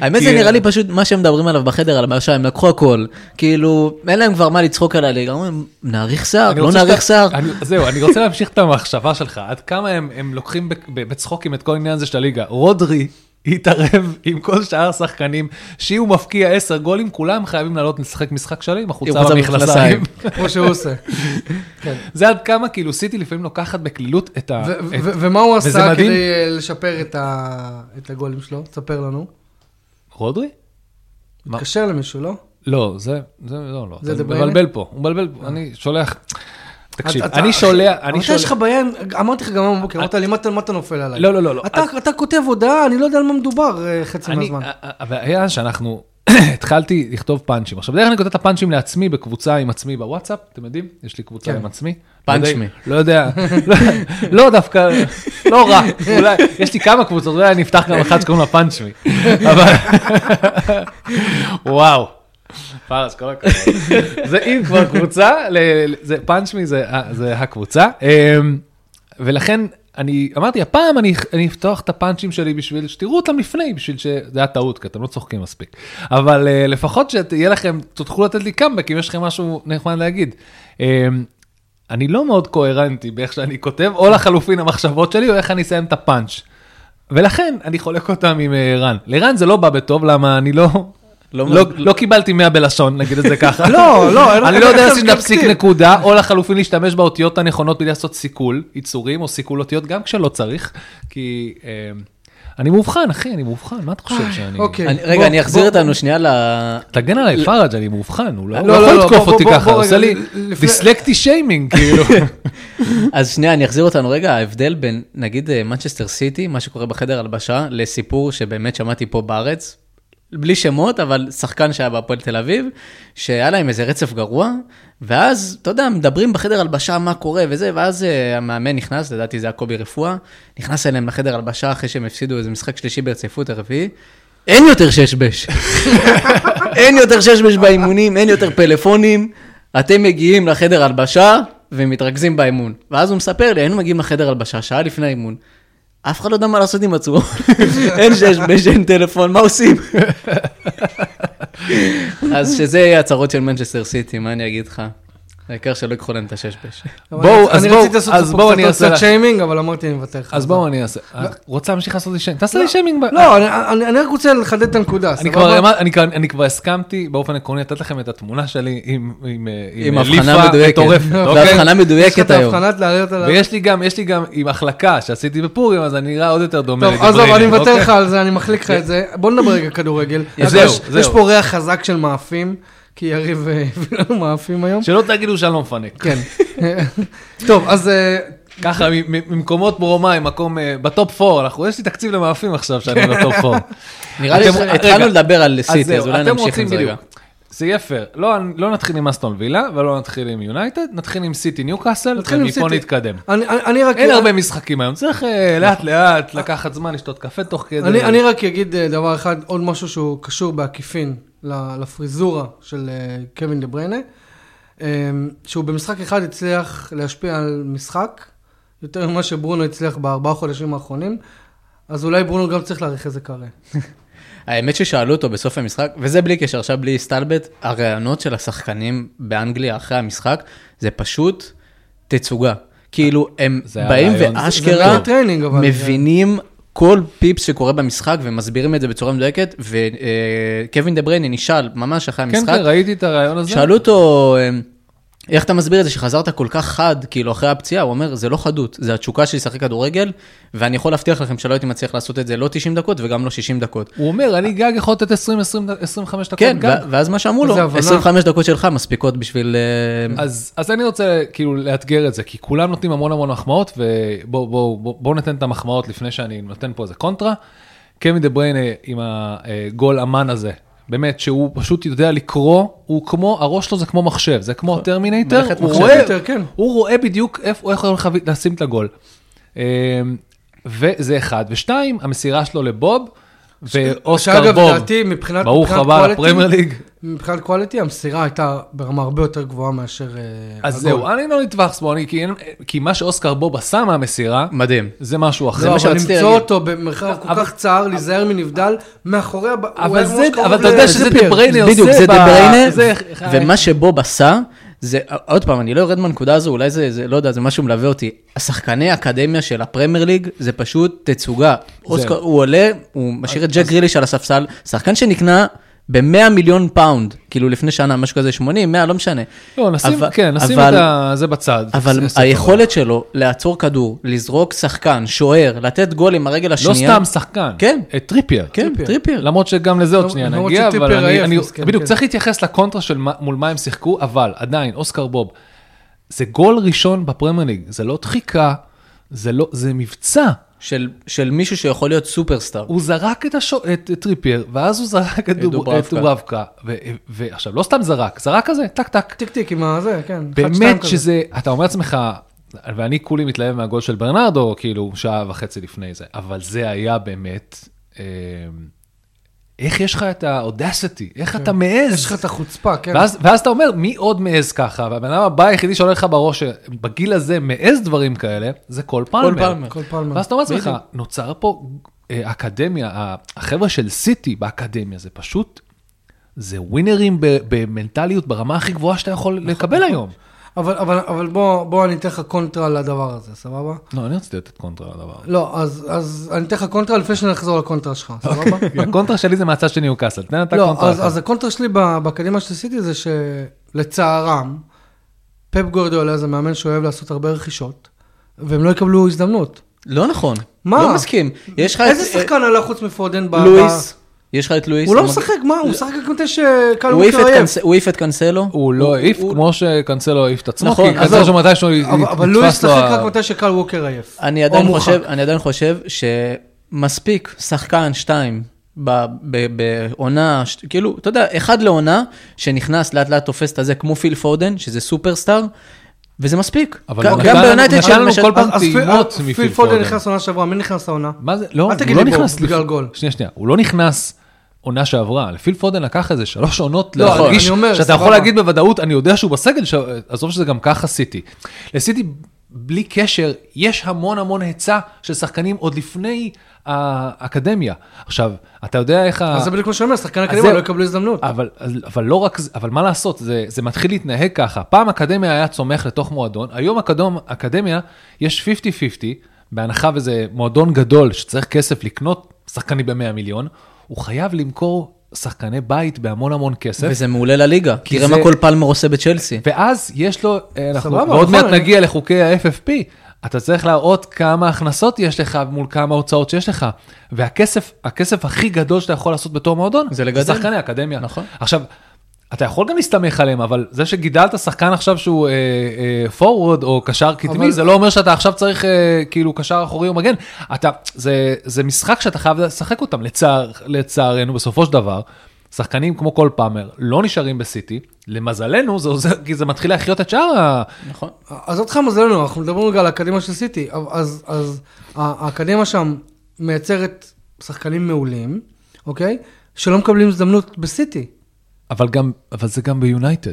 Speaker 2: האמת זה
Speaker 3: כי-
Speaker 2: נראה לי פשוט מה שהם מדברים עליו בחדר, על הבעיה הם לקחו הכל, כאילו, אין להם כבר מה לצחוק על הליגה, אומרים, נעריך שיער,
Speaker 3: אני
Speaker 2: לא
Speaker 3: רוצה
Speaker 2: נעריך
Speaker 3: שאתה-
Speaker 2: שיער.
Speaker 3: אני- זהו, אני רוצה להמשיך את המחשבה שלך, עד כמה הם, הם לוקחים ב- ב- בצחוקים את כל העניין הזה של הליגה. רודרי התערב עם כל שאר השחקנים, שהוא מפקיע 10 גולים, כולם חייבים לעלות לשחק משחק שלם, החוצה
Speaker 2: חולצה
Speaker 3: במכנסיים.
Speaker 2: במכנסיים.
Speaker 1: כמו שהוא עושה.
Speaker 3: זה עד כמה כאילו סיטי לפעמים לוקחת בקלילות את ה...
Speaker 1: ו-
Speaker 3: את-
Speaker 1: ו- ומה הוא
Speaker 3: אה, וזה
Speaker 1: עשה
Speaker 3: מדהים.
Speaker 1: כדי אה, לשפר את ה- את הגולים שלו? תספר לנו.
Speaker 3: רודרי? מה?
Speaker 1: התקשר למישהו, לא?
Speaker 3: לא, זה, זה לא, לא.
Speaker 1: זה
Speaker 3: אתה
Speaker 1: דה בריינה?
Speaker 3: מבלבל פה, הוא מבלבל פה, אני שולח. תקשיב,
Speaker 1: אתה-
Speaker 3: אני שולח, אני
Speaker 1: אבל אתה יש לך
Speaker 3: שולח.
Speaker 1: בעיה, עם- אמרתי לך גם היום בבוקר, אמרת לי, "מה אתה- מה אתה נופל עליי?
Speaker 3: לא, לא, לא, לא.
Speaker 1: אתה- אתה כותב הודעה, אני לא יודע על מה מדובר אה, חצי
Speaker 3: אני-
Speaker 1: מהזמן.
Speaker 3: ה- ה- הבעיה שאנחנו, התחלתי לכתוב פאנצ'ים. עכשיו, בדרך כלל אני כותב את הפאנצ'ים לעצמי בקבוצה עם עצמי בוואטסאפ, אתם יודעים? יש לי קבוצה
Speaker 1: כן.
Speaker 3: עם עצמי.
Speaker 2: פאנץ'
Speaker 3: לא יודע-
Speaker 2: מי.
Speaker 3: לא יודע, לא- לא דווקא, לא רע. אולי, יש לי כמה קבוצות, אולי אני אפתח גם אחת שקוראים לה פאנץ' מי. אבל, וואו. פרס, כל הכבוד. זה אם כבר קבוצה, ל- ל- זה פאנץ' מי זה ה- זה הקבוצה. אמ, ולכן אני אמרתי, הפעם אני אני אפתוח את הפאנצ'ים שלי בשביל שתראו אותם לפני, בשביל ש... זה היה טעות, כי אתם לא צוחקים מספיק. אבל אה, לפחות שתהיה לכם, תוכלו לתת לי קאמבק אם יש לכם משהו נחמד להגיד. אמ, אני לא מאוד קוהרנטי באיך שאני כותב, או לחלופין המחשבות שלי, או איך אני אסיים את הפאנץ'. ולכן אני חולק אותם עם אה, רן. לרן זה לא בא בטוב, למה אני לא...
Speaker 2: לא-
Speaker 3: לא, לא קיבלתי 100 בלשון, נגיד את זה ככה.
Speaker 1: לא, לא, אין-
Speaker 3: אני
Speaker 1: אין
Speaker 3: לא יודע
Speaker 1: לכם
Speaker 3: לשים
Speaker 1: גם
Speaker 3: להפסיק
Speaker 1: כתיב.
Speaker 3: נקודה, או לחלופין להשתמש באותיות הנכונות בלי לעשות סיכול יצורים, או סיכול אותיות גם כשלא צריך, כי אה, אני מאובחן, אחי, אני מאובחן, מה אתה חושב שאני...
Speaker 1: אוקיי.
Speaker 2: אני-
Speaker 1: בוא-
Speaker 2: רגע, אני אחזיר
Speaker 1: בוא-
Speaker 2: אותנו שנייה ל...
Speaker 3: תגן עליי, פרג', אני מאובחן, הוא לא
Speaker 1: לא,
Speaker 3: הוא לא
Speaker 1: לא,
Speaker 3: יכול
Speaker 1: לא,
Speaker 3: לתקוף
Speaker 1: בוא,
Speaker 3: אותי
Speaker 1: בוא,
Speaker 3: ככה,
Speaker 1: בוא,
Speaker 3: הוא עושה
Speaker 1: רגע,
Speaker 3: לי
Speaker 1: לפני-
Speaker 3: דיסלקטי שיימינג, כאילו.
Speaker 2: אז שנייה, אני אחזיר אותנו רגע, ההבדל בין, נגיד, אה, מנצ'סטר סיטי, מה שקורה בחדר הלבשה, לסיפור שבאמת שמעתי פה בארץ, בלי שמות, אבל שחקן שהיה בהפועל תל אביב, שהיה להם איזה רצף גרוע, ואז, אתה יודע, מדברים בחדר הלבשה מה קורה וזה, ואז אה, המאמן נכנס, לדעתי זה היה קובי רפואה, נכנס אליהם לחדר הלבשה אחרי שהם הפסידו איזה משחק שלישי ברציפות, הרביעי. אין יותר שש בש. אין יותר שש בש באימונים, אין יותר פלאפונים. אתם מגיעים לחדר הלבשה ומתרכזים באימון. ואז הוא מספר לי, היינו מגיעים לחדר הלבשה, שעה לפני האימון. אף אחד לא יודע מה לעשות עם עצמו. אין שש בש, אין טלפון, מה עושים? אז שזה יהיה הצהרות של מנצ'סטר סיטי, מה אני אגיד לך? העיקר שלא ייקחו להם את השש בש.
Speaker 1: אבל
Speaker 3: בואו,
Speaker 1: אני-
Speaker 3: אז
Speaker 1: אני
Speaker 3: בואו,
Speaker 1: רציתי לעשות
Speaker 3: אז
Speaker 1: פה
Speaker 3: בואו
Speaker 1: קצת
Speaker 3: אני אעשה
Speaker 1: קצת
Speaker 3: לך.
Speaker 1: שיימינג, אבל אמרתי, אני מוותר לך.
Speaker 3: אז בואו אני אעשה, רוצה להמשיך לעשות לי שיימינג? תעשה לי שיימינג. ב- אה,
Speaker 1: לא, אני- אני- אני רק רוצה לחדד את הנקודה,
Speaker 3: אני
Speaker 1: סבבה?
Speaker 3: כבר, אמר, אני, כבר, אני כבר הסכמתי באופן עקרוני לתת לכם את התמונה שלי עם, עם, אה,
Speaker 2: עם
Speaker 3: אה,
Speaker 2: הבחנה
Speaker 3: ליפה
Speaker 2: מדויקת.
Speaker 3: מטורפת,
Speaker 2: זו
Speaker 3: אוקיי?
Speaker 2: הבחנה
Speaker 1: יש לך
Speaker 2: מדויקת
Speaker 1: את
Speaker 2: היום.
Speaker 1: ההבחנת לעלות על ה...
Speaker 3: ויש לי גם, יש לי גם עם החלקה שעשיתי בפורים, אז אני נראה עוד יותר דומה
Speaker 1: טוב,
Speaker 3: לדבריינר.
Speaker 1: עזוב, אני מוותר
Speaker 3: אוקיי?
Speaker 1: לך על זה, אני מחליק לך את זה. בוא נדבר רגע כדורגל.
Speaker 3: זהו,
Speaker 1: אגב, יש-
Speaker 3: זהו.
Speaker 1: יש פה ריח חזק של מאפים, כי יריב אה, הביא לנו מאפים היום.
Speaker 3: שלא תגידו שאני לא מפנק.
Speaker 1: כן. טוב, אז אה,
Speaker 3: ככה, מ- מ- ממקומות ברומא, מקום אה, בטופ 4, אנחנו, יש לי תקציב למאפים עכשיו שאני בטופ 4.
Speaker 2: נראה לי
Speaker 3: אתם-
Speaker 2: שהתחלנו
Speaker 3: רגע,
Speaker 2: לדבר על
Speaker 3: אז
Speaker 2: סיטי, אז
Speaker 3: זהו,
Speaker 2: אולי
Speaker 3: אתם
Speaker 2: נמשיך
Speaker 3: רוצים
Speaker 2: עם זה רגע.
Speaker 3: בדיוק. זה יהיה פייר, לא, לא נתחיל עם אסטון וילה ולא נתחיל עם יונייטד, נתחיל עם סיטי ניוקאסל
Speaker 1: נתחיל עם
Speaker 3: ומפה
Speaker 1: סיטי. אוקיי,
Speaker 3: נתקדם.
Speaker 1: אני- אני אני רק...
Speaker 3: אין הרבה משחקים היום, צריך אה, לאט לאט לקחת זמן לשתות קפה תוך כדי.
Speaker 1: אני, אני רק אגיד אה, דבר אחד, עוד משהו שהוא קשור בעקיפין ל- לפריזורה של אה, קווין דה בריינה, אה, שהוא במשחק אחד הצליח להשפיע על משחק, יותר ממה שברונו הצליח בארבעה חודשים האחרונים, אז אולי ברונו גם צריך להעריך איזה קרה.
Speaker 2: האמת ששאלו אותו בסוף המשחק, וזה בלי קשר, עכשיו בלי הסתלבט, הראיונות של השחקנים באנגליה אחרי המשחק, זה פשוט תצוגה. כאילו, הם
Speaker 3: זה היה
Speaker 2: באים
Speaker 3: רעיון, זה- זה
Speaker 2: ואשכרה
Speaker 1: מאוד טריינינג, אבל-
Speaker 2: מבינים כל פיפס שקורה במשחק ומסבירים את זה בצורה מדויקת, וקווין דה בריינה נשאל ממש אחרי
Speaker 3: כן,
Speaker 2: המשחק,
Speaker 3: כן, ראיתי את הרעיון הזה.
Speaker 2: שאלו אותו, אמ, איך אתה מסביר את זה שחזרת כל כך חד, כאילו, אחרי הפציעה? הוא אומר, זה לא חדות, זה התשוקה שלי לשחק כדורגל, ואני יכול להבטיח לכם שלא הייתי מצליח לעשות את זה לא 90 דקות וגם לא 60 דקות.
Speaker 3: הוא אומר, אני גג יכול לתת 20, 20, 25 דקות
Speaker 2: כן,
Speaker 3: גג.
Speaker 2: ו- ואז מה שאמרו
Speaker 1: זה
Speaker 2: לו,
Speaker 1: הבנה.
Speaker 2: 25 דקות שלך מספיקות בשביל... אה,
Speaker 3: אז, אז אני רוצה כאילו לאתגר את זה, כי כולם נותנים המון המון מחמאות, ובואו בוא, בוא, בוא ניתן את המחמאות לפני שאני נותן פה איזה קונטרה. קמי דה בריינה עם הגול אמן הזה, באמת, שהוא פשוט יודע לקרוא, הוא כמו, הראש שלו זה כמו מחשב, זה כמו
Speaker 1: נכון.
Speaker 3: טרמינטר,
Speaker 2: מלאכת
Speaker 3: הוא
Speaker 2: מחשב.
Speaker 3: רואה, אה,
Speaker 1: יותר, כן.
Speaker 3: הוא רואה בדיוק איפה, איך הוא יכול לשים את הגול. אה, וזה אחד, ושתיים, המסירה שלו לבוב, ואוסקר
Speaker 1: שאגב,
Speaker 3: בוב,
Speaker 1: לדעתי, מבחינת...
Speaker 3: ברוך
Speaker 1: מבחינת
Speaker 3: הבא
Speaker 1: quality-
Speaker 3: לפרמייר ליג.
Speaker 1: מבחינת קואליטי, המסירה הייתה ברמה הרבה יותר גבוהה מאשר... אה,
Speaker 3: אז
Speaker 1: הגול.
Speaker 3: זהו, אני לא נטווח שמאלי, כי אין- כי מה שאוסקר בוב עשה מהמסירה,
Speaker 2: מדהים.
Speaker 3: זה משהו אחר.
Speaker 2: זה מה
Speaker 1: לא, אבל
Speaker 2: שרציתי
Speaker 1: למצוא
Speaker 2: להגיד.
Speaker 1: אותו במרחב כל
Speaker 3: אבל-
Speaker 1: כך צר, להיזהר מנבדל, מאחורי... הב- הוא
Speaker 3: אבל
Speaker 1: היה
Speaker 3: זה-
Speaker 1: ממש קרוב
Speaker 3: אבל אתה
Speaker 1: ל-
Speaker 3: יודע שזה
Speaker 1: לפייר.
Speaker 3: דה בריינה עושה.
Speaker 2: בדיוק, זה
Speaker 3: ב-
Speaker 2: דה
Speaker 3: זה-
Speaker 2: בריינה, ומה שבוב עשה, זה, עוד פעם, אני לא יורד מהנקודה הזו, אולי זה, זה, לא יודע, זה משהו מלווה אותי. השחקני האקדמיה של הפרמייר ליג, זה פשוט תצוגה. אוסקר, הוא עולה, הוא משאיר את ג'ק גריליש על הספסל, שחקן שנקנה ב-100 מיליון פאונד, כאילו לפני שנה, משהו כזה, 80, 100, לא משנה.
Speaker 3: לא, נשים,
Speaker 2: אבל-
Speaker 3: כן, נשים
Speaker 2: אבל-
Speaker 3: את ה- זה בצד.
Speaker 2: אבל
Speaker 3: זה- זה-
Speaker 2: היכולת שלו לעצור כדור, לזרוק שחקן, שוער, לתת גול עם הרגל
Speaker 3: לא
Speaker 2: השנייה.
Speaker 3: סתם שחקן,
Speaker 2: כן.
Speaker 3: אה, טריפייר.
Speaker 2: כן,
Speaker 1: טריפייר.
Speaker 2: טריפייר.
Speaker 3: למרות שגם לזה עוד
Speaker 1: למ-
Speaker 3: שנייה
Speaker 1: למרות
Speaker 3: נגיע, אבל
Speaker 1: שטריפייר
Speaker 3: אני,
Speaker 1: עייף,
Speaker 3: אני
Speaker 1: מסכן,
Speaker 3: בדיוק
Speaker 1: כן.
Speaker 3: צריך להתייחס לקונטרה של מה- מול מה הם שיחקו, אבל עדיין, אוסקר בוב, זה גול ראשון בפרמייר ליג, זה לא דחיקה, זה לא, זה מבצע.
Speaker 2: של, של מישהו שיכול להיות סופרסטאר.
Speaker 3: הוא זרק את, השו... את את טריפייר, ואז הוא זרק את דוב- את
Speaker 2: דוברבקה.
Speaker 3: דוברבקה, ו- ועכשיו, לא סתם זרק, זרק כזה, טק טק.
Speaker 1: טיק טיק עם הזה, כן. אחד, שתיים
Speaker 3: באמת
Speaker 1: כזה.
Speaker 3: שזה, אתה אומר לעצמך, ואני כולי מתלהב מהגול של ברנרדו, כאילו שעה וחצי לפני זה, אבל זה היה באמת, אה, איך יש לך את ה-audacity, איך אתה מעז.
Speaker 1: כן. יש לך את החוצפה, כן.
Speaker 3: ואז, ואז אתה אומר, מי עוד מעז ככה? והבן אדם הבא היחידי שעולה לך בראש, בגיל הזה מעז דברים כאלה, זה קול פלמר.
Speaker 2: פלמר.
Speaker 1: כל פעם.
Speaker 3: ואז אתה אומר לעצמך,
Speaker 1: בדיוק.
Speaker 3: נוצר פה אה, אקדמיה, ה- החבר'ה של סיטי באקדמיה, זה פשוט, זה ווינרים ב- במנטליות ברמה הכי גבוהה שאתה יכול לקבל היום.
Speaker 1: אבל- אבל אבל בוא בוא אני אתן לך קונטרה לדבר הזה, סבבה?
Speaker 3: לא, אני רציתי לתת קונטרה לדבר.
Speaker 1: לא, אז- אז אני אתן לך קונטרה לפני שנחזור לקונטרה שלך, סבבה?
Speaker 3: הקונטרה שלי זה מהצד של ניוקאסל, תן אתה
Speaker 1: לא,
Speaker 3: אוקיי. קונטרה.
Speaker 1: אז, אז הקונטרה שלי ב- בקדימה של סיטי זה שלצערם, פפ גורדיאלה זה מאמן שאוהב לעשות הרבה רכישות, והם לא יקבלו הזדמנות.
Speaker 2: לא נכון.
Speaker 1: מה?
Speaker 2: לא מסכים. יש לך את...
Speaker 1: איזה שחקן עלה חוץ מפודן? ב-
Speaker 2: אה, לואיס. יש לך את לואיס.
Speaker 1: הוא לא
Speaker 2: המג-
Speaker 1: משחק, אוקיי, מה? הוא משחק רק מתי שקל
Speaker 2: הוא
Speaker 1: הוא
Speaker 2: העיף את
Speaker 1: מתרעב.
Speaker 2: קנס- הוא העיף את קאנסלו.
Speaker 3: הוא לא העיף,
Speaker 2: הוא-
Speaker 3: כמו שקנסלו העיף את עצמו,
Speaker 2: נכון,
Speaker 3: כי קנסלו
Speaker 2: עזוב.
Speaker 3: שמתישהו
Speaker 1: אבל- אבל לואיס
Speaker 3: נתפס לו
Speaker 1: משחק
Speaker 3: ה-
Speaker 1: רק מתי שקל ווקר עייף.
Speaker 2: אני
Speaker 1: או
Speaker 2: עדיין
Speaker 1: מורחק.
Speaker 2: חושב, אני עדיין חושב שמספיק שחקן, שתיים. ב- ב- בעונה, ש- כאילו, אתה יודע, אחד לעונה, שנכנס לאט לאט תופס את הזה, כמו פיל פודן, שזה סופרסטאר, וזה מספיק.
Speaker 3: אבל
Speaker 2: גם-
Speaker 3: הוא
Speaker 2: גם
Speaker 3: נתן-
Speaker 2: ביונייטד
Speaker 3: הוא
Speaker 2: של...
Speaker 3: נתן לנו
Speaker 2: משל-
Speaker 3: כל פעם
Speaker 1: אז- אז פיל-
Speaker 3: טעימות
Speaker 1: אז
Speaker 3: מפיל
Speaker 1: פיל פודן
Speaker 3: פודן.
Speaker 1: נכנס לעונה שעברה, מי נכנס לעונה?
Speaker 3: מה זה? לא,
Speaker 1: אל
Speaker 3: הוא
Speaker 1: תגיד
Speaker 3: לא
Speaker 1: לי בו,
Speaker 3: נכנס
Speaker 1: בגלל
Speaker 3: לפ-
Speaker 1: גול.
Speaker 3: שנייה, שנייה, הוא לא נכנס עונה שעברה. לפיל פודן לקח איזה שלוש עונות
Speaker 1: לא,
Speaker 3: להרגיש,
Speaker 1: אני אומר,
Speaker 3: שאתה
Speaker 1: סבבה.
Speaker 3: יכול להגיד בוודאות, אני יודע שהוא בסגל, ש- עזוב שזה גם ככה סיטי. לסיטי, בלי קשר, יש המון המון היצע של שחקנים עוד לפני האקדמיה. עכשיו, אתה יודע איך ה...
Speaker 1: אז זה בדיוק מה שאני אומר, שחקן
Speaker 3: זהו. אה.
Speaker 1: הקדימה לא יקבלו הזדמנות.
Speaker 3: אבל, אבל לא רק זה, אבל מה לעשות, זה, זה מתחיל להתנהג ככה. פעם אקדמיה היה צומח לתוך מועדון, היום אקדום, אקדמיה יש 50-50, בהנחה וזה מועדון גדול שצריך כסף לקנות שחקנים ב-100 מיליון, הוא חייב למכור שחקני בית בהמון המון כסף.
Speaker 2: וזה מעולה לליגה. תראה
Speaker 3: זה-
Speaker 2: מה כל פלמר עושה בצ'לסי.
Speaker 3: ואז יש לו, אה, אנחנו
Speaker 1: סבבה,
Speaker 3: ועוד
Speaker 1: נכון,
Speaker 3: מעט
Speaker 1: אני-
Speaker 3: נגיע לחוקי ה-FFP, אתה צריך להראות כמה הכנסות יש לך מול כמה הוצאות שיש לך. והכסף, הכסף הכי גדול שאתה יכול לעשות בתור מועדון,
Speaker 2: זה לגדל.
Speaker 3: שחקני אקדמיה.
Speaker 2: נכון.
Speaker 3: עכשיו, אתה יכול גם להסתמך עליהם, אבל זה שגידלת שחקן עכשיו שהוא אה, אה, forward או קשר קדמי,
Speaker 1: אבל-
Speaker 3: זה לא אומר שאתה עכשיו צריך אה, כאילו קשר אחורי או מגן. אתה, זה, זה משחק שאתה חייב לשחק אותם, לצער, לצערנו, בסופו של דבר. שחקנים כמו כל פאמר לא נשארים בסיטי, למזלנו זה עוזר, כי זה מתחיל להחיות את שאר ה...
Speaker 2: נכון.
Speaker 1: אז עוד לך מזלנו, אנחנו מדברים רגע על האקדמיה של סיטי, אבל- אז, אז ה- האקדמיה שם מייצרת שחקנים מעולים, אוקיי? שלא מקבלים הזדמנות בסיטי.
Speaker 3: אבל, גם, אבל זה גם ביונייטד.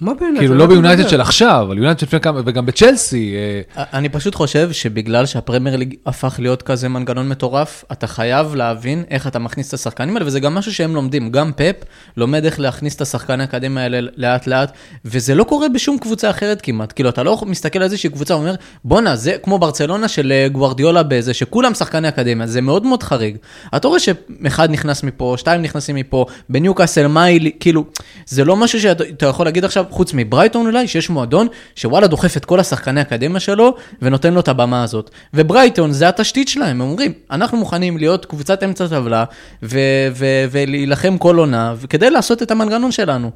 Speaker 1: מה ביונייטד?
Speaker 3: כאילו לא ביונייטד של עכשיו, אבל יונייטד לפני כמה, וגם בצ'לסי. אה,
Speaker 2: אני פשוט חושב שבגלל שהפרמייר ליג הפך להיות כזה מנגנון מטורף, אתה חייב להבין איך אתה מכניס את השחקנים האלה, וזה גם משהו שהם לומדים. גם פאפ לומד איך להכניס את השחקן האקדמיה האלה לאט לאט, וזה לא קורה בשום קבוצה אחרת כמעט. כאילו, אתה לא מסתכל על איזושהי קבוצה ואומר, בואנה, זה כמו ברצלונה של אה, גוורדיולה באיזה, שכולם שחקני אקדמיה, זה מאוד מאוד חריג. אתה רואה שאחד נכנס מפה, שתיים נכנסים מפה, בניוקאסל מייל, כאילו, זה לא משהו שאתה אתה יכול להגיד עכשיו, עכשיו, חוץ מברייטון אולי, שיש מועדון שוואלה דוחף את כל השחקני האקדמיה שלו ונותן לו את הבמה הזאת. וברייטון זה התשתית שלהם, הם אומרים, אנחנו מוכנים להיות קבוצת אמצע טבלה ו- ו- ולהילחם כל עונה כדי לעשות את המנגנון שלנו.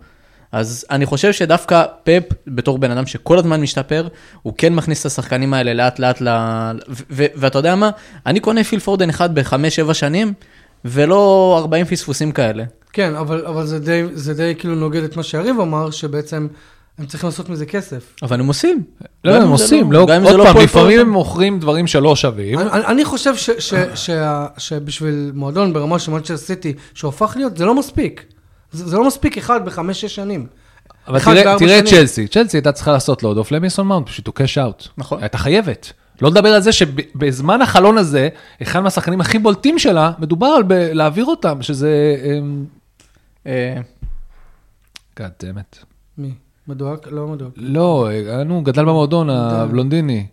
Speaker 2: אז אני חושב שדווקא פאפ, בתור בן אדם שכל הזמן משתפר, הוא כן מכניס את השחקנים האלה לאט לאט ל... ו- ו- ואתה יודע מה? אני קונה פיל פורדן אחד בחמש-שבע שנים, ולא 40 פספוסים כאלה.
Speaker 1: כן, אבל, אבל זה, די, זה די כאילו נוגד את מה שיריב אמר, שבעצם הם צריכים לעשות מזה כסף.
Speaker 2: אבל הם עושים.
Speaker 3: לא,
Speaker 2: גם
Speaker 3: הם
Speaker 2: אם זה
Speaker 3: עושים,
Speaker 2: לא-
Speaker 3: לא,
Speaker 2: גם אם זה
Speaker 3: עוד
Speaker 2: לא
Speaker 3: פעם,
Speaker 2: פול
Speaker 3: לפעמים
Speaker 2: פורטר.
Speaker 3: הם מוכרים דברים שלא שווים.
Speaker 1: אני, אני- אני חושב ש, ש, שה, שבשביל מועדון ברמה של מנצ'סטר סיטי, שהופך להיות, זה לא מספיק. זה, זה לא מספיק אחד בחמש-שש שנים.
Speaker 3: אבל
Speaker 1: אחד
Speaker 3: תראה,
Speaker 1: בארבע
Speaker 3: תראה את
Speaker 1: שנים.
Speaker 3: צ'לסי, צ'לסי הייתה צריכה לעשות לוד אוף למיסון מאונט, פשוט to cash out.
Speaker 2: נכון.
Speaker 3: הייתה חייבת. לא נדבר על זה שבזמן החלון הזה, אחד מהשחקנים הכי בולטים שלה, מדובר על ב- להעביר אותם, שזה... אמ,
Speaker 2: אה,
Speaker 3: God damn it.
Speaker 1: מי? מדויק? לא מדויק.
Speaker 3: לא, אה, נו, גדל במועדון הבלונדיני.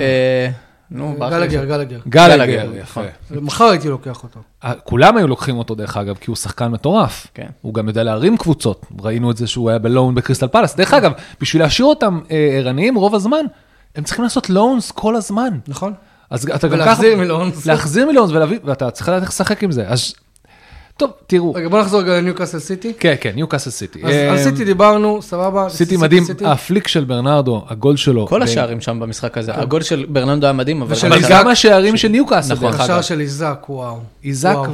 Speaker 2: אה,
Speaker 3: לא,
Speaker 2: נו, ברח לי.
Speaker 1: כן. גלגר, גלגר.
Speaker 3: גלגר,
Speaker 2: גלגר,
Speaker 3: יפה.
Speaker 2: נכון.
Speaker 1: מחר הייתי לוקח אותו.
Speaker 3: אה, כולם היו לוקחים אותו דרך אגב, כי הוא שחקן מטורף.
Speaker 2: כן.
Speaker 3: הוא גם יודע להרים קבוצות, ראינו את זה שהוא היה בלון בקריסטל פלאס. דרך אגב, בשביל להשאיר אותם אה, ערניים רוב הזמן, הם צריכים לעשות לונס כל הזמן.
Speaker 1: נכון?
Speaker 3: אז אתה גם
Speaker 1: ולהחזיר מלונס.
Speaker 3: להחזיר מלונס ולהביא, ואתה צריך לדעת איך לשחק עם זה. אז, טוב, תראו.
Speaker 1: רגע, בוא נחזור רגע לניוקאסל סיטי.
Speaker 3: כן, כן, ניוקאסל סיטי.
Speaker 1: אז
Speaker 3: אה,
Speaker 1: על סיטי דיברנו, סבבה.
Speaker 3: סיטי מדהים, אה,
Speaker 1: סיטי.
Speaker 3: הפליק של ברנרדו, הגול שלו.
Speaker 2: כל
Speaker 3: ב-
Speaker 2: השערים שם במשחק הזה. הגול של ברננדו היה מדהים, אבל...
Speaker 1: אוקיי. כן. ושל
Speaker 2: אבל-
Speaker 3: אבל
Speaker 1: איזק.
Speaker 3: גם השערים של ניוקאסל,
Speaker 2: נכון.
Speaker 3: דרך
Speaker 1: השער
Speaker 3: אגב.
Speaker 1: של איזק, וואו.
Speaker 3: איזק
Speaker 1: וואו.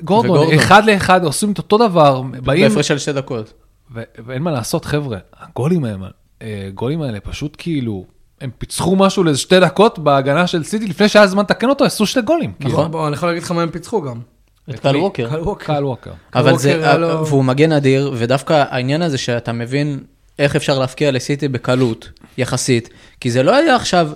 Speaker 3: וגורדון,
Speaker 2: וגורדון.
Speaker 3: אחד לאחד, עושים את אותו דבר, באים,
Speaker 2: בהפרש של שתי דקות.
Speaker 3: ו- ואין מה לעשות, חבר'ה, הגולים האלה, אה, הגולים האלה פשוט כאילו, הם פיצחו משהו לאיזה שתי דקות בהגנה של סיטי, לפני שהיה זמן לתקן אותו, עשו שתי גולים. כאילו.
Speaker 2: נכון.
Speaker 1: בוא, אני יכול להגיד לך מה הם פיצחו גם.
Speaker 2: את קל ווקר.
Speaker 1: קל ווקר.
Speaker 3: קל ווקר.
Speaker 2: אבל
Speaker 1: ווקר
Speaker 2: זה,
Speaker 1: היה לו-
Speaker 2: והוא מגן אדיר, ודווקא העניין הזה שאתה מבין איך אפשר להפקיע לסיטי בקלות, יחסית, כי זה לא היה עכשיו,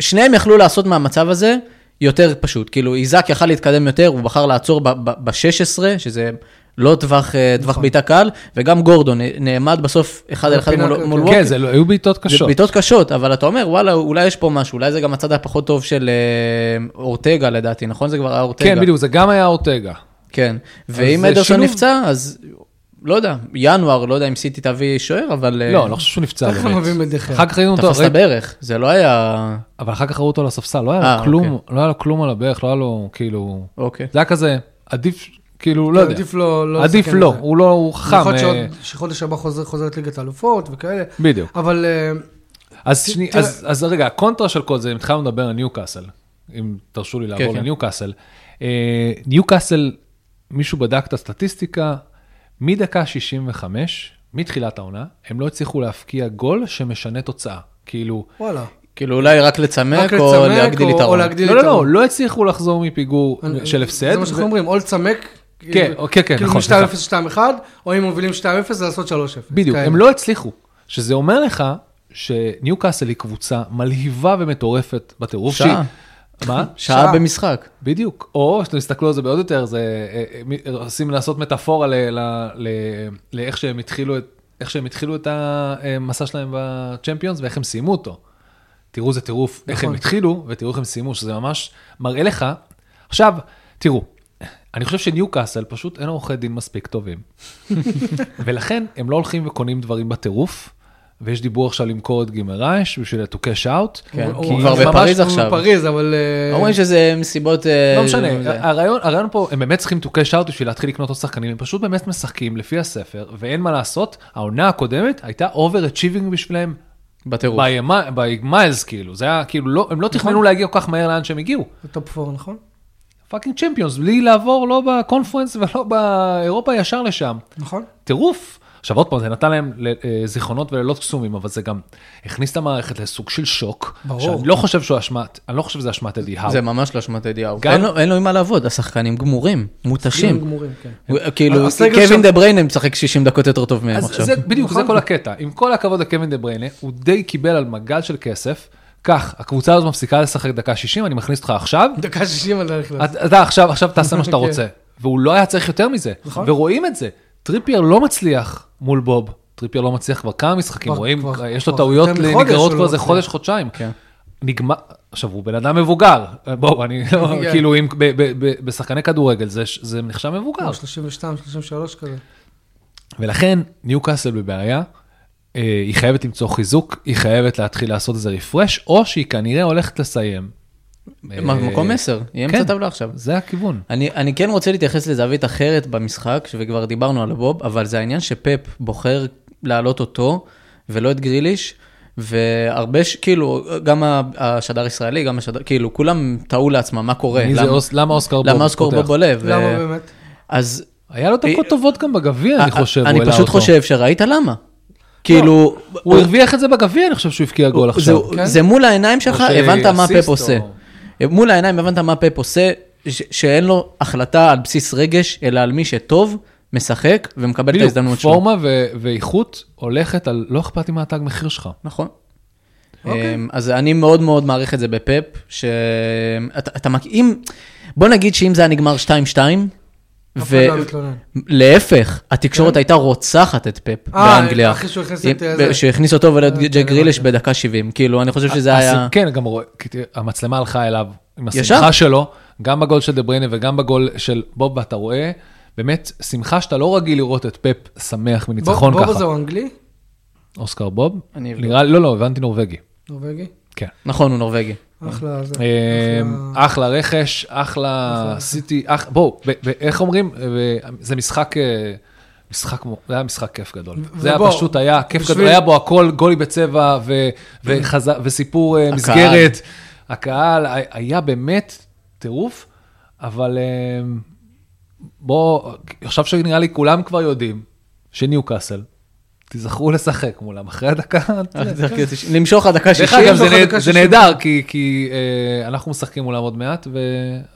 Speaker 2: שניהם יכלו לעשות מהמצב הזה יותר פשוט, כאילו איזק יכל להתקדם יותר, הוא בחר לעצור ב-16, שזה לא טווח, אה,
Speaker 1: נכון.
Speaker 2: טווח בעיטה קל, וגם גורדון אה, נעמד בסוף אחד על אחד
Speaker 1: בפינה,
Speaker 2: מול
Speaker 1: כן,
Speaker 2: מול
Speaker 1: כן.
Speaker 2: ווקר.
Speaker 3: כן, זה לא- היו בעיטות
Speaker 2: זה
Speaker 3: קשות.
Speaker 2: בעיטות קשות, אבל אתה אומר, וואלה, אולי יש פה משהו, אולי זה גם הצד הפחות טוב של אה, אורטגה לדעתי, נכון? זה כבר היה אורטגה.
Speaker 3: כן, בדיוק, זה גם היה אורטגה.
Speaker 1: אה,
Speaker 2: כן, ואם
Speaker 3: זה
Speaker 2: אדרסון
Speaker 3: שילוב.
Speaker 2: נפצע, אז לא יודע, ינואר, לא יודע אם סיטי תביא שוער, אבל... אה,
Speaker 3: לא, אני לא חושב שהוא נפצע
Speaker 1: ככה מביאים את כן.
Speaker 3: באמת.
Speaker 1: דחיה.
Speaker 3: אחר כך ראינו אותו,
Speaker 2: תפס את
Speaker 3: ראיתי-
Speaker 2: הברך, זה לא היה...
Speaker 3: אבל אחר כך ראו אותו על הספסל, לא היה
Speaker 2: אה,
Speaker 3: לו כלום,
Speaker 2: אוקיי.
Speaker 3: לא היה לו כלום על הברך, לא היה לו, כאילו...
Speaker 2: אוקיי.
Speaker 3: זה היה כזה, עדיף, כאילו, לא יודע.
Speaker 1: עדיף לא... לא
Speaker 3: עדיף
Speaker 1: לסכן
Speaker 3: לא,
Speaker 1: את זה.
Speaker 3: הוא לא, הוא חכם.
Speaker 1: יכול להיות
Speaker 3: אה,
Speaker 1: נכון שעוד- שחודש הבא חוזר- חוזרת ליגת האלופות וכאלה.
Speaker 3: בדיוק.
Speaker 1: אבל אה,
Speaker 3: אז שני-
Speaker 1: תראה-
Speaker 3: אז- אז רגע, הקונטרה של כל זה, אם התחלנו לדבר על ניוקאסל, אם תרשו לי לעבור
Speaker 2: כן.
Speaker 3: לניוקאסל. אה, ניוקאסל, מישהו בדק את הסטטיסטיקה, מדקה 65, מתחילת העונה, הם לא הצליחו להפקיע גול שמשנה תוצאה. כאילו,
Speaker 1: וואלה.
Speaker 2: כאילו אולי רק לצמק,
Speaker 1: רק
Speaker 2: או
Speaker 1: לצמק
Speaker 2: להגדיל
Speaker 1: או- או
Speaker 2: יתרון.
Speaker 1: להגדיל
Speaker 3: לא, לא, לא,
Speaker 1: יתרון.
Speaker 3: לא הצליחו לחזור מפיגור
Speaker 1: אני-
Speaker 3: של הפסד.
Speaker 1: זה מה שאנחנו אומרים, או לצמק.
Speaker 3: כן,
Speaker 1: כאילו-
Speaker 3: כן, כן,
Speaker 1: כאילו
Speaker 3: נכון,
Speaker 1: מ-2-0 ל-2-1, או אם מובילים 2-0 זה לעשות כן. 3-0.
Speaker 3: בדיוק,
Speaker 1: כאלה.
Speaker 3: הם לא הצליחו. שזה אומר לך שניוקאסל היא קבוצה מלהיבה ומטורפת בטירוף שהיא.
Speaker 2: שעה.
Speaker 3: מה?
Speaker 2: שעה במשחק.
Speaker 3: בדיוק. או שאתם תסתכלו על זה בעוד יותר, זה אה, אה, מ- עושים לעשות מטאפורה ל- ל- ל- לאיך שהם התחילו את... איך שהם התחילו את המסע שלהם בצ'מפיונס ואיך הם סיימו אותו. תראו איזה טירוף, איך הם
Speaker 1: נכון.
Speaker 3: התחילו ותראו איך הם סיימו, שזה ממש מראה לך. עכשיו, תראו, אני חושב שניוקאסל פשוט אין עורכי דין מספיק טובים. ולכן הם לא הולכים וקונים דברים בטירוף, ויש דיבור עכשיו למכור את גימרייש בשביל to cash out.
Speaker 2: כן,
Speaker 1: הוא-
Speaker 2: כי
Speaker 1: הוא
Speaker 2: כבר
Speaker 1: ממש-
Speaker 2: בפריז
Speaker 1: הוא
Speaker 2: עכשיו.
Speaker 1: בפריז, אבל... אה,
Speaker 2: אומרים שזה מסיבות... אה,
Speaker 3: לא משנה,
Speaker 2: זה-
Speaker 3: הרעיון, הרעיון פה, הם באמת צריכים to cash out בשביל להתחיל לקנות עוד שחקנים, הם פשוט באמת משחקים לפי הספר, ואין מה לעשות, העונה הקודמת הייתה over-achieving בשבילהם,
Speaker 2: בטירוף.
Speaker 3: by a mi- by miles כאילו, זה היה כאילו, לא, הם לא
Speaker 2: נכון.
Speaker 3: תכננו להגיע כל כך מהר לאן שהם הגיעו.
Speaker 1: זה טופ 4, נכון?
Speaker 3: פאקינג צ'מפיונס, בלי לעבור לא בקונפרנס ולא באירופה ישר לשם.
Speaker 1: נכון.
Speaker 3: טירוף. עכשיו עוד פעם, זה נתן להם ל- אה, זיכרונות ולילות קסומים, אבל זה גם הכניס את המערכת לסוג של שוק.
Speaker 1: ברור.
Speaker 3: שאני לא חושב שהוא אשמת, אני לא חושב שזה אשמת אדי האו.
Speaker 2: זה ממש לא אשמת אדיהו.
Speaker 3: גם-
Speaker 2: אין לו- אין לו עם מה לעבוד, השחקנים גמורים,
Speaker 1: הם
Speaker 2: מותשים.
Speaker 1: גמורים, כן.
Speaker 2: הוא- כאילו,
Speaker 1: הסגל
Speaker 2: קווין
Speaker 1: שם-
Speaker 2: דה בריינה משחק 60 דקות יותר טוב מהם
Speaker 3: אז
Speaker 2: עכשיו.
Speaker 3: זה בדיוק,
Speaker 1: נכון.
Speaker 3: זה כל הקטע. עם כל הכבוד לקווין דה בריינה, הוא די קיבל על מגל של כסף. כך, הקבוצה הזאת מפסיקה לשחק דקה 60, אני מכניס אותך עכשיו,
Speaker 1: דקה 60 אני לא נכנס.
Speaker 3: אתה- אתה עכשיו, עכשיו תעשה מה שאתה
Speaker 1: כן.
Speaker 3: רוצה. והוא לא היה צריך יותר מזה,
Speaker 1: נכון.
Speaker 3: ורואים את זה. טריפייר לא מצליח מול בוב, טריפייר לא מצליח כבר כמה משחקים,
Speaker 1: כבר-
Speaker 3: רואים,
Speaker 1: כבר-
Speaker 3: יש לו
Speaker 1: כבר
Speaker 3: טעויות
Speaker 1: יותר מחודש
Speaker 3: נגררות
Speaker 1: הוא
Speaker 3: כבר
Speaker 1: לא
Speaker 3: איזה
Speaker 1: מצליח.
Speaker 3: חודש, חודשיים.
Speaker 2: כן.
Speaker 3: נגמר, עכשיו הוא בן אדם מבוגר, בוב, אני לא,
Speaker 1: כן.
Speaker 3: כאילו, אם אה, ב- ב- ב- בשחקני כדורגל זה- זה נחשב מבוגר.
Speaker 1: הוא 32, 33 כזה.
Speaker 3: ולכן ניו קאסל בבעיה, אה, היא חייבת למצוא חיזוק, היא חייבת להתחיל לעשות איזה רפרש, או שהיא כנראה הולכת לסיים. אה,
Speaker 2: מקום 10, היא אמצע
Speaker 3: כן.
Speaker 2: הטבלה עכשיו.
Speaker 3: זה הכיוון.
Speaker 2: אני, אני כן רוצה להתייחס לזווית אחרת במשחק, וכבר דיברנו על בוב, אבל זה העניין שפפ בוחר להעלות אותו, ולא את גריליש, והרבה, ש- כאילו, גם ה- השדר הישראלי, גם השדר, כאילו, כולם טעו לעצמם מה קורה.
Speaker 3: מי זה אוס- למה אוסקר בוב
Speaker 2: אה, למה אוסקר בוב
Speaker 3: פותח?
Speaker 2: עולה? ו-
Speaker 1: למה באמת?
Speaker 2: אז
Speaker 3: היה לו דקות
Speaker 2: אה,
Speaker 3: טובות גם בגביע, אני חושב, הוא
Speaker 2: אני
Speaker 3: העלה
Speaker 2: פשוט
Speaker 3: אותו.
Speaker 2: חושב שראית למה. כאילו,
Speaker 3: הוא הרוויח את זה בגביע, אני חושב שהוא הבקיע גול
Speaker 2: זה-
Speaker 3: עכשיו.
Speaker 1: כן?
Speaker 2: זה מול העיניים שלך,
Speaker 3: או
Speaker 2: הבנת מה
Speaker 3: שאסיסט
Speaker 2: פאפ עושה. מול העיניים הבנת מה פאפ עושה, ש- שאין לו החלטה על בסיס רגש, אלא על מי שטוב, משחק ומקבל את
Speaker 3: בדיוק,
Speaker 2: ההזדמנות שלו.
Speaker 3: פורמה ו- ואיכות הולכת על, לא אכפת לי מה התג מחיר שלך.
Speaker 2: נכון.
Speaker 1: אוקיי.
Speaker 2: אמ, אז אני מאוד מאוד מעריך את זה בפאפ, שאתה אתה מק... אם... בוא נגיד שאם זה היה נגמר 2-2,
Speaker 1: אף אחד לא היה מתלונן.
Speaker 2: להפך, התקשורת הייתה רוצחת את פאפ
Speaker 1: כן. אה,
Speaker 2: באנגליה.
Speaker 1: אחרי שהוא הכניס את, אה, זה.
Speaker 2: שהכניס אותו ואת
Speaker 1: אה,
Speaker 2: ג'ק
Speaker 1: כן,
Speaker 2: גריליש
Speaker 1: הבנתי. אה,
Speaker 2: בדקה 70, כאילו, אני חושב שזה
Speaker 3: אז
Speaker 2: היה...
Speaker 3: כן, גם רואה, כי תראה, המצלמה הלכה אליו, עם
Speaker 2: ישר.
Speaker 3: השמחה שלו, גם בגול של דה בריינה וגם בגול של בוב, ואתה רואה, באמת, שמחה שאתה לא רגיל לראות את פפ שמח מניצחון
Speaker 1: בוב- בוב
Speaker 3: ככה.
Speaker 1: הזה הוא אנגלי?
Speaker 3: אוסקר בוב?
Speaker 2: אני אבדוק.
Speaker 3: נראה לי, לא, לא, הבנתי נורבגי.
Speaker 1: נורבגי?
Speaker 3: כן.
Speaker 2: נכון, הוא נורבגי.
Speaker 1: אחלה זה.
Speaker 3: אמ,
Speaker 1: אחלה.
Speaker 3: אחלה רכש, אחלה סיטי, אח- בואו, ו- ואיך אומרים, אה, ו- זה משחק, אה, משחק, מו- זה היה משחק כיף גדול.
Speaker 1: ו-
Speaker 3: זה היה
Speaker 1: ובוא,
Speaker 3: פשוט, היה כיף
Speaker 1: בשביל-
Speaker 3: גדול, היה בו הכל, גולי בצבע ו- וחזה- וסיפור אה, מסגרת. הקהל, ה- היה באמת טירוף, אבל אמ, בואו, עכשיו שנראה לי כולם כבר יודעים שניוקאסל, תיזכרו לשחק מולם אחרי הדקה. אתה יודע,
Speaker 2: אה, למשוך עד דקה 60.
Speaker 3: דרך אגב, זה
Speaker 1: זוכה
Speaker 3: נה-
Speaker 1: דקה
Speaker 3: זה
Speaker 1: שישים.
Speaker 3: נהדר, כי- כי אה, אנחנו משחקים מולם עוד מעט,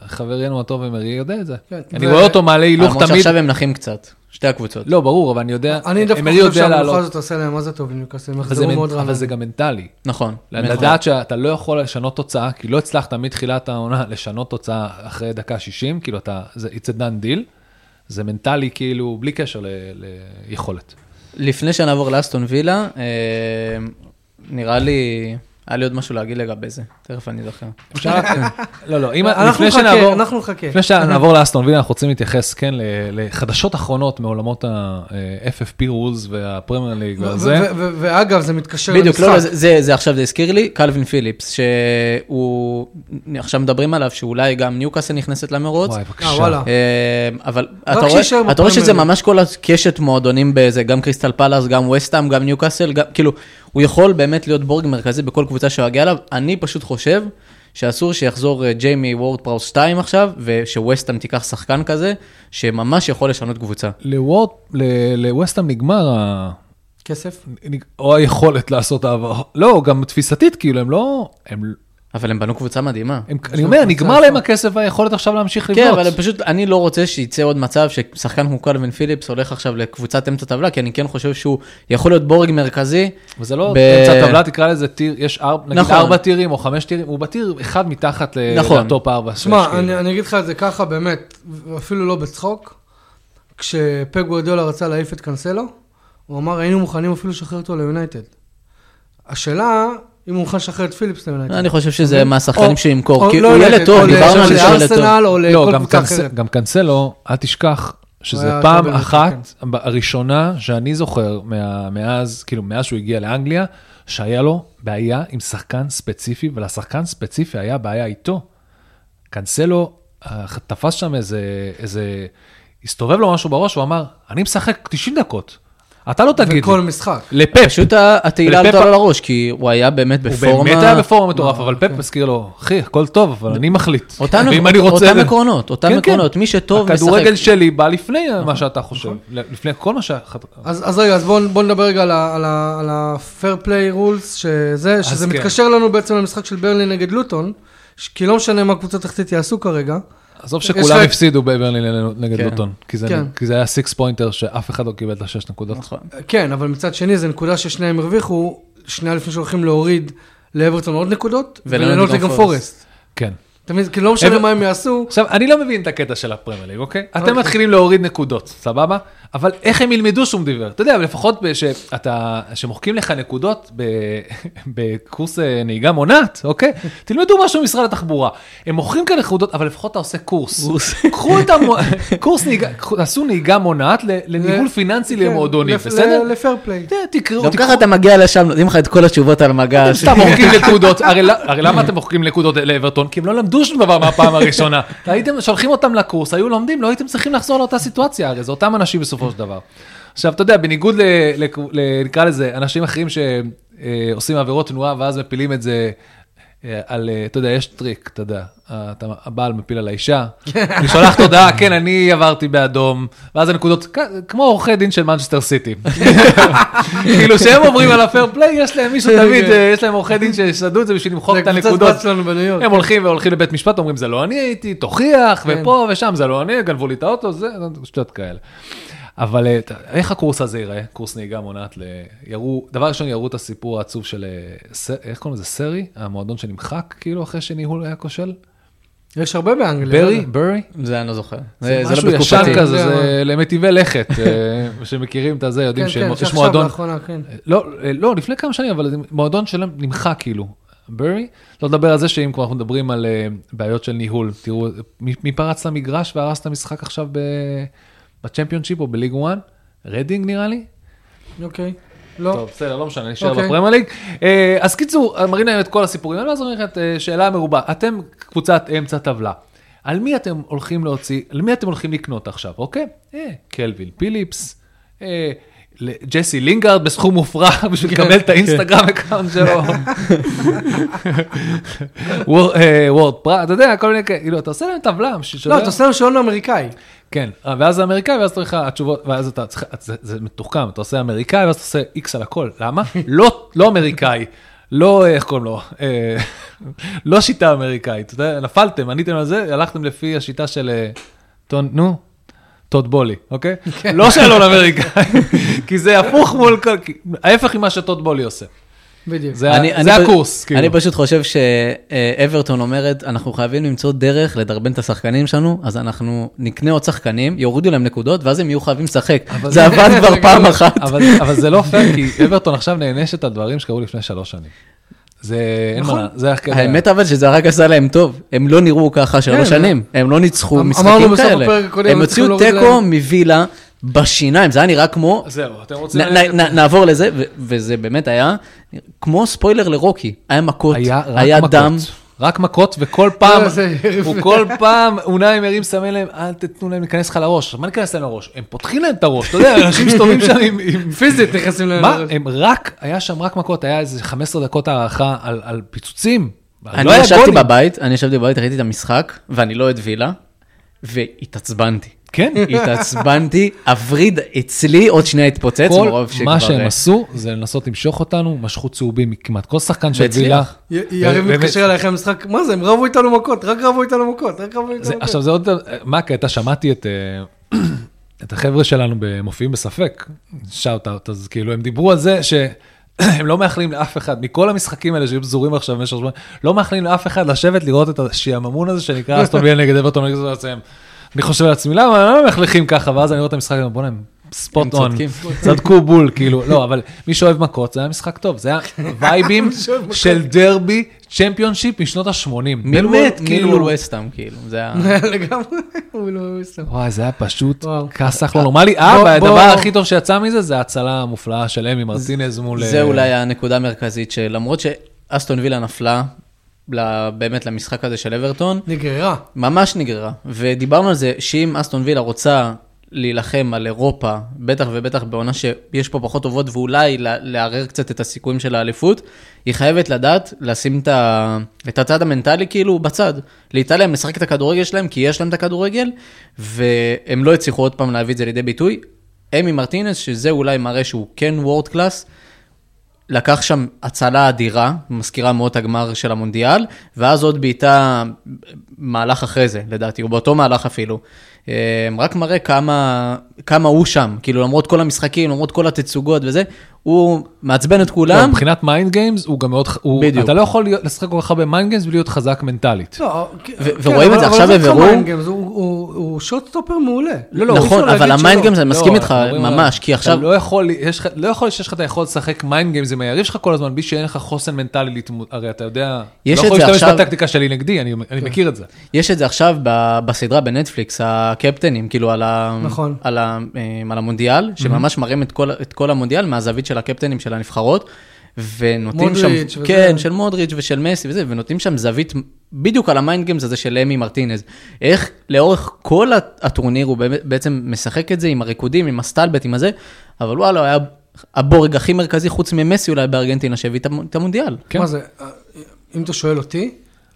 Speaker 3: וחברנו הטוב אמרי יודע את זה.
Speaker 1: כן.
Speaker 3: אני
Speaker 1: ו-
Speaker 3: רואה אותו מעלה הילוך
Speaker 2: אה, למרות
Speaker 3: תמיד.
Speaker 2: שעכשיו הם נחים קצת, שתי הקבוצות.
Speaker 3: לא, ברור, אבל אני יודע,
Speaker 1: אני דווקא
Speaker 3: אמרי
Speaker 1: חושב
Speaker 3: יודע
Speaker 1: שהמלוכה
Speaker 3: לעלות.
Speaker 1: הזאת עושה להם מה זה טוב לניוקאסל, הם
Speaker 3: אבל זה
Speaker 1: יחזרו
Speaker 3: מנ-
Speaker 1: מאוד רע.
Speaker 3: אבל זה גם מנטלי.
Speaker 2: נכון.
Speaker 3: לדעת שאתה לא יכול לשנות תוצאה, כי לא הצלחת מתחילת העונה לשנות תוצאה אחרי דקה 60, כאילו אתה, זה it's a done deal, זה מנטלי כאילו בלי קשר ל- ליכולת.
Speaker 2: לפני שנעבור לאסטון וילה, אה, נראה לי, היה לי עוד משהו להגיד לגבי זה, תכף אני זוכר.
Speaker 3: אפשר... לא, לא, אם...
Speaker 1: אנחנו
Speaker 3: לפני
Speaker 1: נחכה,
Speaker 3: שנעבור-
Speaker 1: אנחנו נחכה.
Speaker 3: לפני שנעבור לאסטון וילה, אנחנו רוצים להתייחס, כן, ל- לחדשות אחרונות מעולמות אה, ה-FFP rules והפרמייר ליג
Speaker 1: ו-
Speaker 3: והזה.
Speaker 1: ו- ו- ואגב, זה מתקשר
Speaker 2: בדיוק, לא, לא,
Speaker 1: למשחק.
Speaker 2: זה, זה, זה עכשיו, זה הזכיר לי, קלווין פיליפס, שהוא, עכשיו מדברים עליו שאולי גם ניוקאסל נכנסת למרוץ.
Speaker 3: וואי,
Speaker 1: אה,
Speaker 3: בבקשה.
Speaker 1: וואלה.
Speaker 2: אה, אבל
Speaker 1: שיישאר
Speaker 2: אתה רואה, אתה רואה
Speaker 1: בפרמייר
Speaker 2: שזה
Speaker 1: ליג.
Speaker 2: ממש כל הקשת מועדונים באיזה, גם קריסטל פלאס, גם וסטאם, גם ניוקאסל, גם- כאילו, הוא יכול באמת להיות בורג מרכזי בכל קבוצה שהוא יגיע אליו. אני פשוט חושב שאסור שיחזור אה, ג'יימי וורד פראוס 2 עכשיו, ושווסטאם תיקח שחקן כזה, שממש יכול לשנות קבוצה.
Speaker 3: לוורד, ל- לווסטהאם נגמר ה...
Speaker 1: כסף?
Speaker 3: נג- או היכולת לעשות העברה. לא, גם תפיסתית, כאילו, הם לא... הם-
Speaker 2: אבל הם בנו קבוצה מדהימה.
Speaker 3: הם- אני אומר, נגמר להם הכסף והיכולת עכשיו להמשיך לבנות.
Speaker 2: כן, אבל פשוט אני לא רוצה שיצא עוד מצב ששחקן כמו קלווין פיליפס הולך עכשיו לקבוצת אמצע טבלה, כי אני כן חושב שהוא יכול להיות בורג מרכזי.
Speaker 3: וזה לא
Speaker 2: ב-
Speaker 3: באמצע הטבלה, תקרא לזה טיר, יש ארבע, נגיד
Speaker 2: נכון.
Speaker 3: ארבע טירים או חמש טירים, הוא בטיר אחד מתחת ל-
Speaker 2: נכון.
Speaker 3: לטופ ארבע. שש,
Speaker 1: שמע,
Speaker 3: כאילו.
Speaker 1: אני- אני אגיד לך את זה ככה, באמת, אפילו לא בצחוק. כשפג גוורדיולה רצה להעיף את קאנסלו, הוא אמר, היינו מוכנים אפילו לשחרר אותו ליונייטד. השאלה, אם הוא מוכן לשחרר את פיליפס ליונייטד.
Speaker 2: לא, אני חושב
Speaker 3: אוקיי.
Speaker 2: שזה מהשחקנים
Speaker 1: או-
Speaker 2: שימכור,
Speaker 1: או-
Speaker 2: כי
Speaker 1: לא
Speaker 2: הוא
Speaker 1: יונייטד,
Speaker 2: ילד טוב,
Speaker 1: או
Speaker 2: דיברנו על
Speaker 1: ל-
Speaker 2: זה שהוא ילד טוב.
Speaker 1: לארסנל או
Speaker 3: לא,
Speaker 1: לכל
Speaker 3: גם,
Speaker 1: קבוצה
Speaker 3: קנס-
Speaker 1: אחרת.
Speaker 3: גם קנסלו, אל תשכח שזה
Speaker 1: היה
Speaker 3: פעם
Speaker 1: הרבה
Speaker 3: אחת
Speaker 1: יותר,
Speaker 3: ב- הראשונה שאני זוכר מה, מאז, כאילו מאז שהוא הגיע לאנגליה, שהיה לו בעיה עם שחקן ספציפי, ולשחקן ספציפי היה בעיה איתו. קנסלו אה, תפס שם איזה, איזה, הסתובב לו משהו בראש, הוא אמר, אני משחק 90 דקות, אתה לא תגיד
Speaker 1: בכל
Speaker 3: לי.
Speaker 1: משחק.
Speaker 3: לפפ,
Speaker 2: פשוט ה- התהילה
Speaker 3: ולפפ-
Speaker 2: עלתה לו לראש, כי הוא היה באמת
Speaker 3: הוא
Speaker 2: בפורמה... אה, כן.
Speaker 3: באמת היה בפורמה מטורף, אבל פפ מזכיר לו, אחי, הכל טוב, אבל אני מחליט.
Speaker 2: אותם-
Speaker 3: ואם אני רוצה...
Speaker 2: אותם עקרונות, אותם
Speaker 3: כן, כן.
Speaker 2: עקרונות, מי שטוב משחק. נכון.
Speaker 3: הכדורגל שלי בא לפני מה שאתה חושב, לפני כל מה ש...
Speaker 1: אז, אז רגע, אז בואו בוא נדבר רגע על ה- על ה- על ה-fair play rules, שזה, שזה
Speaker 3: כן.
Speaker 1: מתקשר לנו בעצם למשחק של ברלי נגד לוטון, ש- כי לא משנה מה קבוצה תחתית יעשו כרגע.
Speaker 3: עזוב
Speaker 1: יש
Speaker 3: שכולם
Speaker 1: לך-
Speaker 3: הפסידו בברלין נגד
Speaker 2: כן.
Speaker 3: לוטון, כי זה-
Speaker 1: כן.
Speaker 3: כי זה היה סיקס פוינטר שאף אחד לא קיבל את השש נקודות.
Speaker 2: נכון.
Speaker 1: כן, אבל מצד שני, זו נקודה ששניהם הרוויחו, שנייה לפני שהולכים להוריד לאברטון עוד נקודות,
Speaker 2: ולנוטינגהאם
Speaker 1: ולנוטינגהאם
Speaker 2: פורסט.
Speaker 1: פורסט.
Speaker 3: כן.
Speaker 1: אתה אתה מבין? כאילו לא משנה מה הם יעשו.
Speaker 3: עכשיו, אני לא מבין את הקטע של הפרמייר ליג, אוקיי? אתם מתחילים להוריד נקודות, סבבה? אבל איך הם ילמדו שום דבר? אתה יודע, לפחות שאתה, שמוחקים לך נקודות ב- בקורס אה, נהיגה מונעת, אוקיי? תלמדו משהו ממשרד התחבורה. הם מוחקים כאן נקודות, אבל לפחות אתה עושה קורס.
Speaker 2: קורס.
Speaker 3: קחו את המו- קורס נהיגה, קחו- תעשו נהיגה מונעת ל- לניהול
Speaker 1: ל-
Speaker 3: פיננסי
Speaker 1: כן,
Speaker 3: למועדונים,
Speaker 1: לפ-
Speaker 3: בסדר?
Speaker 1: ל- לפייר פליי.
Speaker 3: אתה יודע, תקראו,
Speaker 2: גם
Speaker 3: תקראו.
Speaker 2: ככה אתה מגיע לשם, נותנים לך את כל התשובות על מגש.
Speaker 3: אוקיי, סתם מוחקים נקודות, הרי ל- הרי למה אתם מוחקים נקודות לאברטון? כי הם לא למדו שום דבר מהפעם הראשונה. הייתם שולחים אותם לקורס, היו לומדים, לא הייתם צריכים לחזור לאותה סיטואציה, הרי זה אותם אנשים בסופו של דבר. עכשיו, אתה יודע, בניגוד, ל- ל- ל- נקרא לזה, אנשים אחרים שעושים עבירות תנועה ואז מפילים את זה. אה, על, אה, אתה יודע, יש טריק, אתה יודע, אה, אתה- הבעל מפיל על האישה, אני שולח תודעה, כן, אני עברתי באדום, ואז הנקודות, כ- כמו עורכי דין של מנצ'סטר סיטי. כאילו, כשהם עוברים על הפייר פליי, יש להם מישהו תמיד, אה, יש להם עורכי דין ששדו את זה בשביל למחוק
Speaker 1: כן, זה
Speaker 3: את
Speaker 1: קבוצת
Speaker 3: הנקודות.
Speaker 1: בת שלנו בניו יורק.
Speaker 3: הם הולכים והולכים לבית משפט, אומרים, זה לא אני הייתי, תוכיח,
Speaker 1: כן.
Speaker 3: ופה ושם, זה לא אני, גנבו לי את האוטו, זה, שטויות כאלה. אבל אה, ת- איך הקורס הזה ייראה? קורס נהיגה מונעת ל... יראו, דבר ראשון, יראו את הסיפור העצוב של... אה, ס- איך קוראים לזה? סרי? המועדון שנמחק, כאילו, אחרי שניהול היה כושל?
Speaker 1: יש הרבה באנגליה. לא
Speaker 3: ברי?
Speaker 1: יודע. אה,
Speaker 3: ברי?
Speaker 2: זה אני לא זוכר.
Speaker 3: זה
Speaker 2: זה זה
Speaker 3: משהו
Speaker 2: לא
Speaker 3: ישן
Speaker 2: בתקופתי.
Speaker 3: כזה,
Speaker 1: זה-
Speaker 3: זה למטיבי לכת, אה, שמכירים את הזה, יודעים
Speaker 1: כן, כן,
Speaker 3: שיש
Speaker 1: שעכשיו
Speaker 3: מועדון...
Speaker 1: לאחרונה, כן.
Speaker 3: לא, לא, לפני כמה שנים, אבל זה מועדון שלהם נמחק כאילו. ברי, לא לדבר על זה שאם כבר אנחנו מדברים על אה, בעיות של ניהול, תראו, מי מי פרץ למגרש והרס את המשחק עכשיו ב- בצ'מפיונשיפ או בליג 1? רדינג נראה לי?
Speaker 1: אוקיי. לא.
Speaker 3: טוב, בסדר, לא משנה, נשאר
Speaker 1: אוקיי.
Speaker 3: בפרמייר ליג. אה, אז קיצור, מרינה היום את כל הסיפורים, אני לא זוכר את אה, שאלה מרובה. אתם קבוצת אמצע טבלה. על מי אתם הולכים להוציא, על מי אתם הולכים לקנות עכשיו, אוקיי? אה, קלווין פיליפס, אה, ל- ג'סי לינגארד בסכום מופרע בשביל לקבל
Speaker 1: כן,
Speaker 3: את האינסטגרם אקאונט שלו. וור- אה, וורד פרא, אתה יודע, כל מיני כאלה, כאילו, אתה עושה להם טבלה בשביל
Speaker 1: לא, אתה עושה להם שעון אמריקאי.
Speaker 3: כן, אה, ואז זה אמריקאי, ואז צריך התשובות, ואז אתה צריך, זה, זה מתוחכם, אתה עושה אמריקאי, ואז אתה עושה איקס על הכל, למה? לא, לא אמריקאי, לא, איך קוראים לו, אה, לא שיטה אמריקאית, אתה יודע, נפלתם, עניתם על זה, הלכתם לפי השיטה של, אה, טון, נו, טוד בולי, אוקיי?
Speaker 2: כן.
Speaker 3: לא שאלון אמריקאי, כי זה הפוך מול כל, כי- ההפך ממה שטוד בולי עושה.
Speaker 1: בדיוק.
Speaker 3: זה, ה-
Speaker 2: אני-
Speaker 3: זה
Speaker 2: אני פ-
Speaker 3: הקורס, כאילו.
Speaker 2: אני פשוט חושב שאברטון אומרת, אנחנו חייבים למצוא דרך לדרבן את השחקנים שלנו, אז אנחנו נקנה עוד שחקנים, יורידו להם נקודות, ואז הם יהיו חייבים לשחק. זה עבד כבר פעם אחת.
Speaker 3: אבל, אבל זה לא פייר, כי אברטון עכשיו נענשת על דברים שקרו לפני שלוש שנים. זה, אין מה,
Speaker 1: נכון.
Speaker 3: זה הקטע.
Speaker 2: האמת אבל שזה רק עשה להם טוב, הם לא נראו ככה
Speaker 1: כן,
Speaker 2: שלוש שנים, הם לא ניצחו
Speaker 1: אמ-
Speaker 2: משחקים
Speaker 1: אמרנו בסוף
Speaker 2: כאלה.
Speaker 1: הפרק הקודם,
Speaker 2: הם
Speaker 1: הם צריכים
Speaker 2: הוציאו
Speaker 1: להוריד
Speaker 2: תיקו
Speaker 1: להם.
Speaker 2: מווילה בשיניים, זה היה נראה כמו...
Speaker 3: זהו, אתם רוצים...
Speaker 2: נ- נ- נ- נעבור לזה, ו- וזה באמת היה כמו ספוילר לרוקי, היה מכות,
Speaker 3: היה רק
Speaker 2: היה
Speaker 3: מכות.
Speaker 2: דם.
Speaker 3: רק מכות, וכל פעם,
Speaker 1: לא, זה-
Speaker 3: הוא כל פעם, אונאי מרים סמן להם, אל תתנו להם להיכנס לך לראש. מה ניכנס להם לראש? הם פותחים להם את הראש, אתה יודע, אנשים מסתובבים שם עם... עם-
Speaker 1: פיזית נכנסים להם
Speaker 3: מה?
Speaker 1: לראש.
Speaker 3: הם רק, היה שם רק מכות, היה איזה 15 דקות הערכה על על פיצוצים.
Speaker 2: אני
Speaker 3: לא היה
Speaker 2: ישבתי
Speaker 3: גולים.
Speaker 2: בבית, אני ישבתי בבית, ראיתי את המשחק, ואני לא את וילה, והתעצבנתי.
Speaker 3: כן,
Speaker 2: התעצבנתי, הווריד אצלי עוד שנייה התפוצץ,
Speaker 3: כל
Speaker 2: מרוב שכבר...
Speaker 3: מה שהם
Speaker 2: אה,
Speaker 3: עשו זה לנסות למשוך אותנו, משכו צהובים מכמעט כל שחקן של
Speaker 2: והצליח.
Speaker 3: וילה.
Speaker 1: י- יריב
Speaker 3: אה, באמת.
Speaker 1: מתקשר אליי אחרי המשחק, מה זה, הם רבו איתנו מכות, רק רבו איתנו מכות, רק רבו איתנו
Speaker 3: זה,
Speaker 1: מכות.
Speaker 3: עכשיו זה עוד, מה הקטע, שמעתי את, אה, את החבר'ה שלנו במופיעים בספק, שאוט אאוט, אז כאילו הם דיברו על זה שהם לא מאחלים לאף אחד, מכל המשחקים האלה שהיו פזורים עכשיו במשך זמן, לא מאחלים לאף אחד לשבת לראות את השעממון הזה שנקרא אסטון וילה נגד אברטון נגד זה בעצם. אני חושב לעצמי, למה הם מחליכים ככה, ואז אני רואה את המשחק, אני אומר, בוא'נה, הם ספוט
Speaker 2: הם
Speaker 3: און,
Speaker 2: צודקים."
Speaker 3: צדקו בול, כאילו, לא, אבל מי שאוהב מכות, זה היה משחק טוב, זה היה וייבים של דרבי צ'מפיונשיפ משנות ה-80,
Speaker 2: מילוול-
Speaker 3: באמת, כאילו,
Speaker 2: מילוול וסטאם, כאילו, זה היה...
Speaker 1: לגמרי, הוא לא מסתכל.
Speaker 3: וואי, זה היה פשוט
Speaker 1: וואו.
Speaker 3: כסח לא נורמלי. אה,
Speaker 1: בוא- בוא-
Speaker 3: והדבר הכי טוב שיצא מזה זה ההצלה המופלאה של אמי מרטינז מול... אה,
Speaker 2: זה אולי הנקודה המרכזית, שלמרות שאסטון וילה נפלה ל- באמת למשחק הזה של אברטון,
Speaker 1: נגררה.
Speaker 2: ממש נגררה, ודיברנו על זה שאם אסטון וילה רוצה להילחם על אירופה, בטח ובטח בעונה שיש פה פחות טובות, ואולי לה- לערער קצת את הסיכויים של האליפות, היא חייבת לדעת לשים את, ה... את הצד המנטלי כאילו בצד. להתעלם, לשחק את הכדורגל שלהם, כי יש להם את הכדורגל, והם לא הצליחו עוד פעם להביא את זה לידי ביטוי. אמי מרטינס, שזה אולי מראה שהוא כן וורד קלאס, לקח שם הצלה אדירה, מזכירה מאוד את הגמר של המונדיאל, ואז עוד בעיטה מהלך אחרי זה, לדעתי, או באותו מהלך אפילו. אה, רק מראה כמה, כמה הוא שם, כאילו למרות כל המשחקים, למרות כל התצוגות וזה, הוא מעצבן את
Speaker 3: לא,
Speaker 2: כולם.
Speaker 3: מבחינת מיינד גיימס הוא גם מאוד, ח- הוא-
Speaker 2: בדיוק.
Speaker 3: אתה לא יכול להיות- לשחק כל כך הרבה מיינד גיימס בלי להיות חזק מנטלית.
Speaker 1: לא, כן,
Speaker 2: ורואים
Speaker 1: אבל-
Speaker 2: את זה
Speaker 1: אבל
Speaker 2: עכשיו
Speaker 1: זה
Speaker 2: בבירור.
Speaker 1: combined games, הוא- הוא הוא שוטסטופר מעולה. אי אפשר
Speaker 2: נכון,
Speaker 1: להגיד
Speaker 2: אבל המיינד
Speaker 1: שלא.
Speaker 2: גיימס, אני מסכים
Speaker 3: לא,
Speaker 2: איתך
Speaker 3: אנחנו מדברים
Speaker 2: ממש,
Speaker 3: על-
Speaker 2: כי עכשיו...
Speaker 3: אתה לא יכול, יש לך- לא יכול שיש לך את היכולת לשחק מיינד גיימס עם היריב שלך כל הזמן, בלי שאין לך חוסן מנטלי להתמודד, הרי אתה יודע,
Speaker 2: יש
Speaker 3: לא
Speaker 2: את
Speaker 3: יכול
Speaker 2: זה
Speaker 3: להשתמש
Speaker 2: עכשיו- כן.
Speaker 3: בטקטיקה שלי נגדי, אני אני מכיר את זה.
Speaker 2: יש את זה עכשיו ב- בסדרה בנטפליקס, הקפטנים, כאילו על, ה...
Speaker 1: נכון. Mhm.
Speaker 2: על, ה... אמ, על המונדיאל, שממש מראים את כל, את כל המונדיאל מהזווית של הקפטנים של הנבחרות, ונותנים
Speaker 1: מודריץ'
Speaker 2: שם,
Speaker 1: וזה.
Speaker 2: כן, של מודריץ' ושל מסי וזה, ונותנים שם זווית בדיוק על המיינד גיימס הזה של אמי מרטינז. איך לאורך כל הט- הטורניר הוא באמת- בעצם משחק את זה עם הריקודים, עם הסטלבט, עם הזה, אבל וואלה, הוא היה הבורג הכי מרכזי חוץ ממסי אולי בארגנטינה שהביא את המ- את המונדיאל.
Speaker 3: כן.
Speaker 1: מה זה, אה, אם אתה שואל אותי,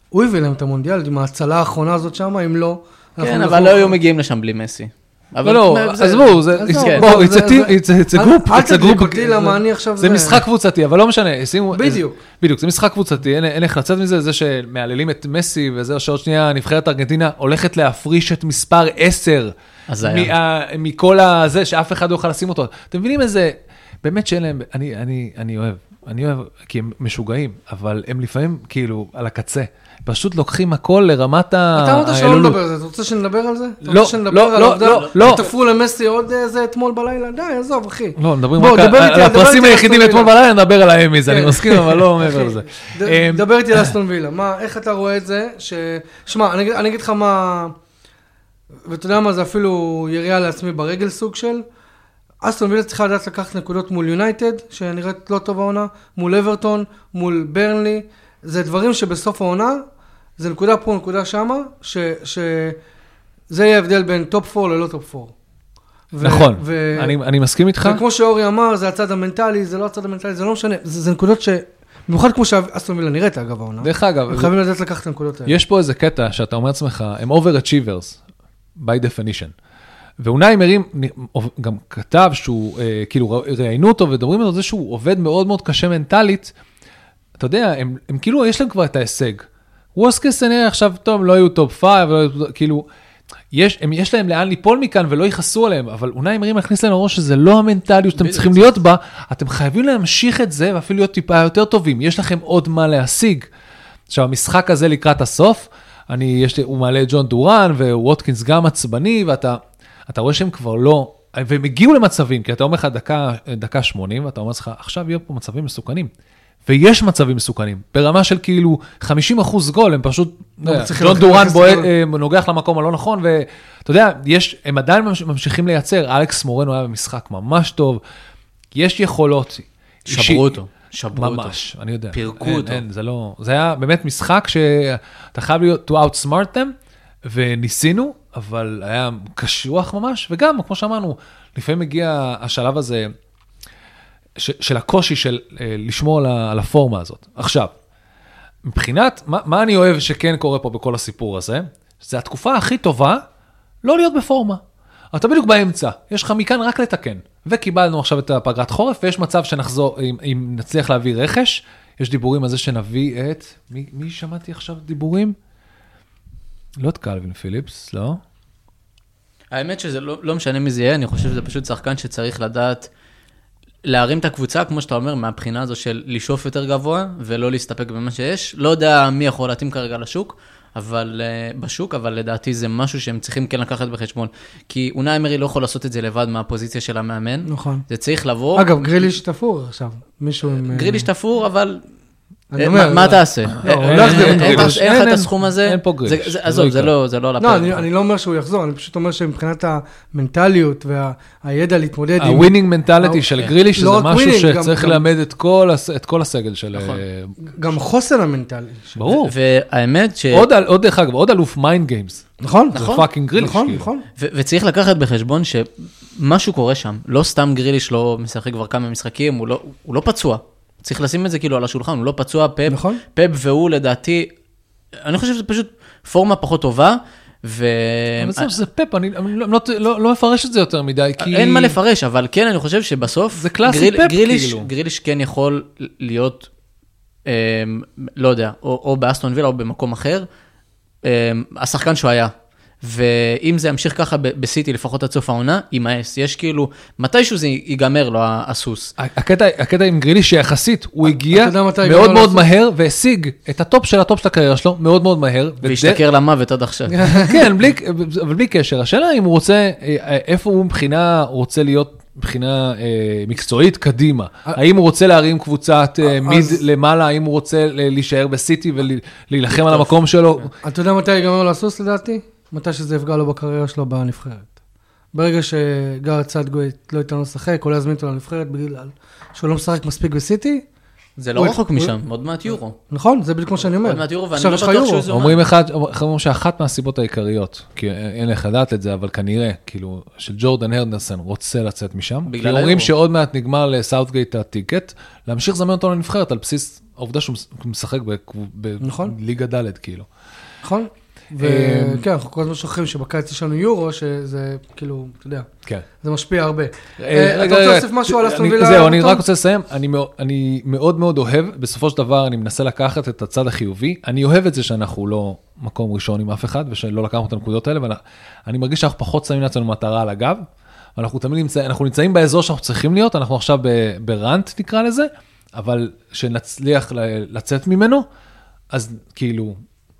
Speaker 1: הוא הביא להם את המונדיאל עם ההצלה האחרונה הזאת שם, אם לא... אנחנו
Speaker 2: כן,
Speaker 1: נחזור-
Speaker 2: אבל לא היו מגיעים לשם בלי מסי. אבל-
Speaker 3: לא, לא,
Speaker 2: זה-
Speaker 3: עזבו, זה,
Speaker 1: עזוב,
Speaker 2: כן.
Speaker 3: בואו, it's
Speaker 1: זה-
Speaker 3: a team,
Speaker 1: זה-
Speaker 3: it's a- it's a
Speaker 1: אל-
Speaker 3: group,
Speaker 1: אל
Speaker 3: it's a
Speaker 1: תדליק
Speaker 3: group.
Speaker 1: אותי, למה אני עכשיו
Speaker 3: זה
Speaker 1: זה-
Speaker 3: משחק קבוצתי, אבל לא משנה, שימו...
Speaker 1: בדיוק.
Speaker 3: בדיוק, זה משחק קבוצתי, אין- אין איך לצאת מזה, זה שמהללים את מסי וזה, שעוד שנייה נבחרת ארגנטינה הולכת להפריש את מספר 10.
Speaker 2: הזיה.
Speaker 3: מה- מכל הזה, שאף אחד לא יוכל לשים אותו. אתם מבינים איזה... באמת שאין להם... אני, אני, אני אוהב, אני אוהב, כי הם משוגעים, אבל הם לפעמים כאילו על הקצה. פשוט לוקחים הכל לרמת ה...
Speaker 1: אתה
Speaker 2: אה,
Speaker 1: אמרת שלא
Speaker 3: האלולות.
Speaker 1: נדבר על זה, אתה רוצה שנדבר על זה? אתה
Speaker 3: לא,
Speaker 1: רוצה שנדבר
Speaker 3: לא,
Speaker 1: על
Speaker 3: לא,
Speaker 1: העובדה
Speaker 3: לא, לא.
Speaker 1: שתפרו למסי עוד איזה אתמול בלילה? די, עזוב, אחי.
Speaker 3: לא, מדברים
Speaker 1: בוא,
Speaker 3: רק
Speaker 1: דבר
Speaker 3: על-
Speaker 1: איתי-
Speaker 3: על
Speaker 1: דבר
Speaker 3: הפרסים
Speaker 1: איתי על
Speaker 3: היחידים
Speaker 1: אסטון
Speaker 3: אתמול
Speaker 1: וילה.
Speaker 3: בלילה, נדבר על האמיז, אני
Speaker 1: כן.
Speaker 3: מסכים, אבל לא מעבר לזה.
Speaker 1: ד-
Speaker 3: אמ,
Speaker 1: דבר איתי על אסטון וילה, מה, איך אתה רואה את זה? ש... שמע, אני, אגיד- אני אגיד לך מה... ואתה יודע מה, זה אפילו ירייה לעצמי ברגל סוג של. אסטון וילה צריכה לדעת לקחת נקודות מול יונייטד, שנראית לא טוב העונה, מול אברטון, מול ברנלי. זה דברים שבסוף העונה, זה נקודה פה, נקודה שמה, ש... ש... זה יהיה ההבדל בין טופ 4 ללא טופ 4. ו-
Speaker 3: נכון,
Speaker 1: ו-
Speaker 3: אני- אני מסכים איתך.
Speaker 1: וכמו שאורי אמר, זה הצד המנטלי, זה לא הצד המנטלי, זה לא משנה, זה, זה נקודות ש... במיוחד כמו שאסטון וילה נראית, אגב, העונה.
Speaker 3: דרך אגב,
Speaker 1: הם חייבים לדעת לקחת את הנקודות האלה.
Speaker 3: יש פה איזה קטע שאתה אומר לעצמך, הם overachievers, by definition. ואונאי מרים גם כתב שהוא, אה, כאילו רא- ראיינו אותו ומדברים על זה שהוא עובד מאוד מאוד קשה מנטלית. אתה יודע, הם, הם כאילו, יש להם כבר את ההישג. וורסט קייס סנארי עכשיו, טוב, הם לא יהיו טופ פייב, לא יהיו, כאילו, יש, הם, יש להם לאן ליפול מכאן ולא יכעסו עליהם, אבל אונאי מרים הכניס להם לראש שזה לא המנטליות שאתם צריכים להיות בה, אתם חייבים להמשיך את זה ואפילו להיות טיפה יותר טובים, יש לכם עוד מה להשיג. עכשיו, המשחק הזה לקראת הסוף, אני, יש לי, הוא מעלה את ג'ון דורן, וווטקינס גם עצבני, ואתה אתה רואה שהם כבר לא, והם הגיעו למצבים, כי אתה אומר לך דקה, דקה 80, ואתה אומר לך, עכשיו יהיו פה מצבים מסוכנים. ויש מצבים מסוכנים, ברמה של כאילו 50 אחוז גול, הם פשוט,
Speaker 1: לא
Speaker 3: אה,
Speaker 1: מצליחים
Speaker 3: ג'ון
Speaker 1: לקחת
Speaker 3: דורן
Speaker 1: את
Speaker 3: בועט,
Speaker 1: הגול.
Speaker 3: אה, נוגח למקום הלא נכון, ואתה יודע, יש, הם עדיין ממש- ממשיכים לייצר, אלכס מורנו היה במשחק ממש טוב, יש יכולות. אישי-
Speaker 2: שברו אותו, שברו אותו.
Speaker 3: ממש, אני יודע.
Speaker 2: פירקו
Speaker 3: אין,
Speaker 2: אותו.
Speaker 3: אין, זה לא... זה היה באמת משחק שאתה חייב להיות to outsmart them, וניסינו, אבל היה קשוח ממש, וגם, כמו שאמרנו, לפעמים מגיע השלב הזה ש, של הקושי של אה, לשמור על, ה- על הפורמה הזאת. עכשיו, מבחינת, מה, מה אני אוהב שכן קורה פה בכל הסיפור הזה? זה התקופה הכי טובה לא להיות בפורמה. אתה בדיוק באמצע, יש לך מכאן רק לתקן. וקיבלנו עכשיו את הפגרת חורף, ויש מצב שנחזור, אם, אם נצליח להביא רכש, יש דיבורים על זה שנביא את... מי, מי שמעתי עכשיו דיבורים? לא את קלווין פיליפס, לא?
Speaker 2: האמת שזה לא, לא משנה מי זה יהיה, אני חושב שזה פשוט שחקן שצריך לדעת להרים את הקבוצה, כמו שאתה אומר, מהבחינה הזו של לשאוף יותר גבוה ולא להסתפק במה שיש. לא יודע מי יכול להתאים כרגע לשוק, אבל uh, בשוק, אבל לדעתי זה משהו שהם צריכים כן לקחת בחשבון. כי אונה אמרי לא יכול לעשות את זה לבד מהפוזיציה של המאמן.
Speaker 1: נכון.
Speaker 2: זה צריך לבוא.
Speaker 1: אגב, גריליש תפור עכשיו, מישהו עם... אה,
Speaker 2: גריליש תפור, אבל...
Speaker 1: אני
Speaker 2: אה,
Speaker 1: אומר,
Speaker 2: מה- מה
Speaker 1: לא.
Speaker 2: תעשה?
Speaker 1: לא, הוא
Speaker 2: אה,
Speaker 1: לא יחזיר את
Speaker 2: אין- אין-
Speaker 3: גריליש.
Speaker 2: אין
Speaker 3: אין-
Speaker 2: לך את
Speaker 3: אין-
Speaker 2: הסכום הזה?
Speaker 3: אין פה גריליש,
Speaker 2: זה- זה-
Speaker 3: זה לא
Speaker 2: עזוב, זה
Speaker 3: יקרה.
Speaker 2: לא זה לא על
Speaker 1: לא,
Speaker 2: הפרק.
Speaker 1: אני, אני לא אומר שהוא יחזור, אני פשוט אומר שמבחינת המנטליות והידע להתמודד עם...
Speaker 3: הווינינג מנטליטי
Speaker 1: אה,
Speaker 3: של גריליש,
Speaker 1: לא
Speaker 3: שזה
Speaker 1: רק
Speaker 3: משהו
Speaker 1: winning, גם-
Speaker 3: שצריך
Speaker 1: גם-
Speaker 3: ללמד את כל הס- את כל הסגל של...
Speaker 2: נכון.
Speaker 3: אה,
Speaker 1: גם חוסן המנטלי. ש-
Speaker 3: ברור.
Speaker 2: והאמת ש...
Speaker 3: עוד, אל- עוד דרך אגב, עוד אלוף מיינד גיימס.
Speaker 1: נכון?
Speaker 3: זה
Speaker 2: נכון,
Speaker 3: פאקינג גריליש.
Speaker 1: נכון,
Speaker 3: כאילו.
Speaker 1: נכון.
Speaker 2: ו- וצריך לקחת בחשבון שמשהו קורה שם. לא סתם גריליש לא משחק כבר כמה משחקים, הוא לא, הוא לא פצוע. צריך לשים את זה כאילו על השולחן, הוא לא פצוע, פאפ,
Speaker 1: נכון.
Speaker 2: פאפ והוא לדעתי, אני חושב שזה פשוט פורמה פחות טובה, ו... אמ,
Speaker 3: אבל
Speaker 2: אה,
Speaker 3: זהו, זה פאפ, אני אני לא- לא- לא לא מפרש את זה יותר מדי, כי...
Speaker 2: אין מה לפרש, אבל כן, אני חושב שבסוף...
Speaker 3: זה קלאסי
Speaker 2: גריל-
Speaker 3: פפ,
Speaker 2: גריליש,
Speaker 3: כאילו.
Speaker 2: גריליש כן יכול להיות, אמ, לא יודע, או, או באסטון וילה או במקום אחר, אמ, השחקן שהוא היה. ואם זה ימשיך ככה ב- בסיטי, לפחות עד סוף העונה, יימאס. יש כאילו, מתישהו זה ייגמר לו, ה- הסוס.
Speaker 3: הקטע, הקטע עם גריליש שיחסית, הוא הגיע
Speaker 1: יודע מתי
Speaker 3: מאוד
Speaker 1: גדול
Speaker 3: מאוד
Speaker 1: לעשות?
Speaker 3: מהר והשיג את הטופ של הטופ של הקריירה שלו, מאוד מאוד מהר. וזה-
Speaker 2: והשתכר למוות עד עכשיו.
Speaker 3: כן, בלי, אבל בלי קשר. השאלה אם הוא רוצה, אה, אה, איפה הוא מבחינה, הוא רוצה להיות מבחינה אה, מקצועית קדימה. האם הוא רוצה להרים קבוצת אה, מיד
Speaker 1: אז-
Speaker 3: למעלה, האם הוא רוצה ל- להישאר בסיטי ולהילחם על המקום שלו.
Speaker 1: אתה יודע מתי ייגמר לו הסוס לדעתי? מתי שזה יפגע לו בקריירה שלו בנבחרת. ברגע שגר צדגוי לא ייתן לו לשחק, או לא יזמין אותו לנבחרת בגלל שהוא לא משחק מספיק בסיטי,
Speaker 2: זה לא
Speaker 1: הוא-
Speaker 2: רחוק
Speaker 1: הוא-
Speaker 2: משם, עוד מעט יורו.
Speaker 1: נכון? זה בדיוק מה שאני אומר.
Speaker 2: עוד מעט יורו, ואני
Speaker 1: עכשיו
Speaker 2: לא
Speaker 1: יש לך
Speaker 2: בטוח
Speaker 1: יורו.
Speaker 2: שהוא זה-
Speaker 3: אומרים אחד, אומרים שאחת מהסיבות העיקריות, כי אין לך לדעת את זה, אבל כנראה, כאילו, שג'ורדן הרדנסון רוצה לצאת משם.
Speaker 2: בגלל
Speaker 3: כי אומרים
Speaker 2: האירו.
Speaker 3: שעוד מעט נגמר לסאוטגייט הטיקט, להמשיך לזמן אותו לנבחרת על בסיס העובדה שהוא משחק בקב-
Speaker 1: נכון.
Speaker 3: בליגה ד' כאילו.
Speaker 1: נכון?
Speaker 3: אה,
Speaker 1: וכן, אנחנו כל הזמן שוכחים שבקיץ יש לנו יורו, שזה כאילו, אתה יודע,
Speaker 3: כן.
Speaker 1: זה משפיע הרבה.
Speaker 3: אה,
Speaker 1: אה, אתה
Speaker 3: רגע,
Speaker 1: רוצה
Speaker 3: רגע,
Speaker 1: להוסיף משהו על אסטון
Speaker 3: אני-
Speaker 1: וילה?
Speaker 3: זהו, אני
Speaker 1: אברטון?
Speaker 3: רק רוצה לסיים. אני מאו- אני מאוד מאוד אוהב, בסופו של דבר אני מנסה לקחת את הצד החיובי. אני אוהב את זה שאנחנו לא מקום ראשון עם אף אחד, ושלא לקחנו את הנקודות האלה, אבל אני מרגיש שאנחנו פחות שמים לעצמנו מטרה על הגב. אנחנו תמיד נמצאים, אנחנו נמצאים באזור שאנחנו צריכים להיות, אנחנו עכשיו ב- ברנט נקרא לזה, אבל שנצליח ל- לצאת ממנו, אז כאילו,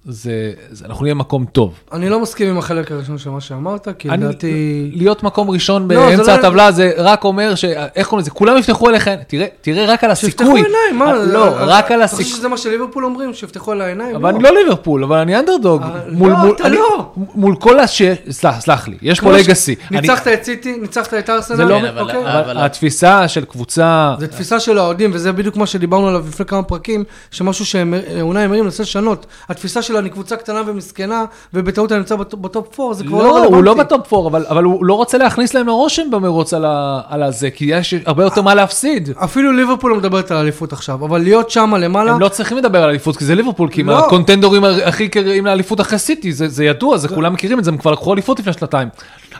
Speaker 3: זה, זה- אנחנו נהיה מקום טוב.
Speaker 1: אני לא מסכים עם החלק הראשון של מה שאמרת, כי
Speaker 3: אני-
Speaker 1: כאילו, לדעתי...
Speaker 3: להיות מקום ראשון
Speaker 1: לא, זה
Speaker 3: באמצע
Speaker 1: לא-
Speaker 3: הטבלה זה רק אומר ש... איך קוראים לזה? כולם יפתחו אליכם, תראה, תראה רק על הסיכוי.
Speaker 1: שיפתחו עיניים, מה?
Speaker 3: לא, רק על
Speaker 1: אתה חושב
Speaker 3: הסיכוי.
Speaker 1: שזה מה שליברפול אומרים? שיפתחו על העיניים?
Speaker 3: אבל אני לא ליברפול, אבל אני אנדרדוג.
Speaker 1: אה,
Speaker 3: מול-
Speaker 1: לא,
Speaker 3: מול-
Speaker 1: אתה
Speaker 3: אני-
Speaker 1: לא.
Speaker 3: מול כל הש... סלח סלח לי, יש פה
Speaker 1: כמו ש-
Speaker 3: לגאסי. אני-
Speaker 1: ניצחת את סיטי, ניצחת את ארסנל,
Speaker 3: זה לא...
Speaker 2: כן, אבל-
Speaker 1: אוקיי?
Speaker 2: אה,
Speaker 3: אבל התפיסה של קבוצה...
Speaker 1: זה תפיסה של האוהדים, וזה בדיוק מה שדיברנו עליו לפני כמה פרקים, שמשהו שאונה אמרים מנסה לשנות. התפיסה שלה, אני קבוצה קטנה ומסכנה, ובטעות אני נמצא בט- בטופ 4, זה כבר לא
Speaker 3: לא,
Speaker 1: רלוונטי.
Speaker 3: הוא לא בטופ 4, אבל, אבל הוא לא רוצה להכניס להם לרושם במרוץ על, ה, על הזה, כי יש הרבה יותר מה להפסיד.
Speaker 1: אפילו ליברפול לא מדברת על אליפות עכשיו, אבל להיות שם למעלה,
Speaker 3: הם לא צריכים לדבר על אליפות, כי זה ליברפול, כי הם
Speaker 1: לא.
Speaker 3: הקונטנדורים הכי עיקריים לאליפות אחרי סיטי, זה, זה ידוע, זה כולם מכירים את זה, הם כבר לקחו אליפות לפני שנתיים.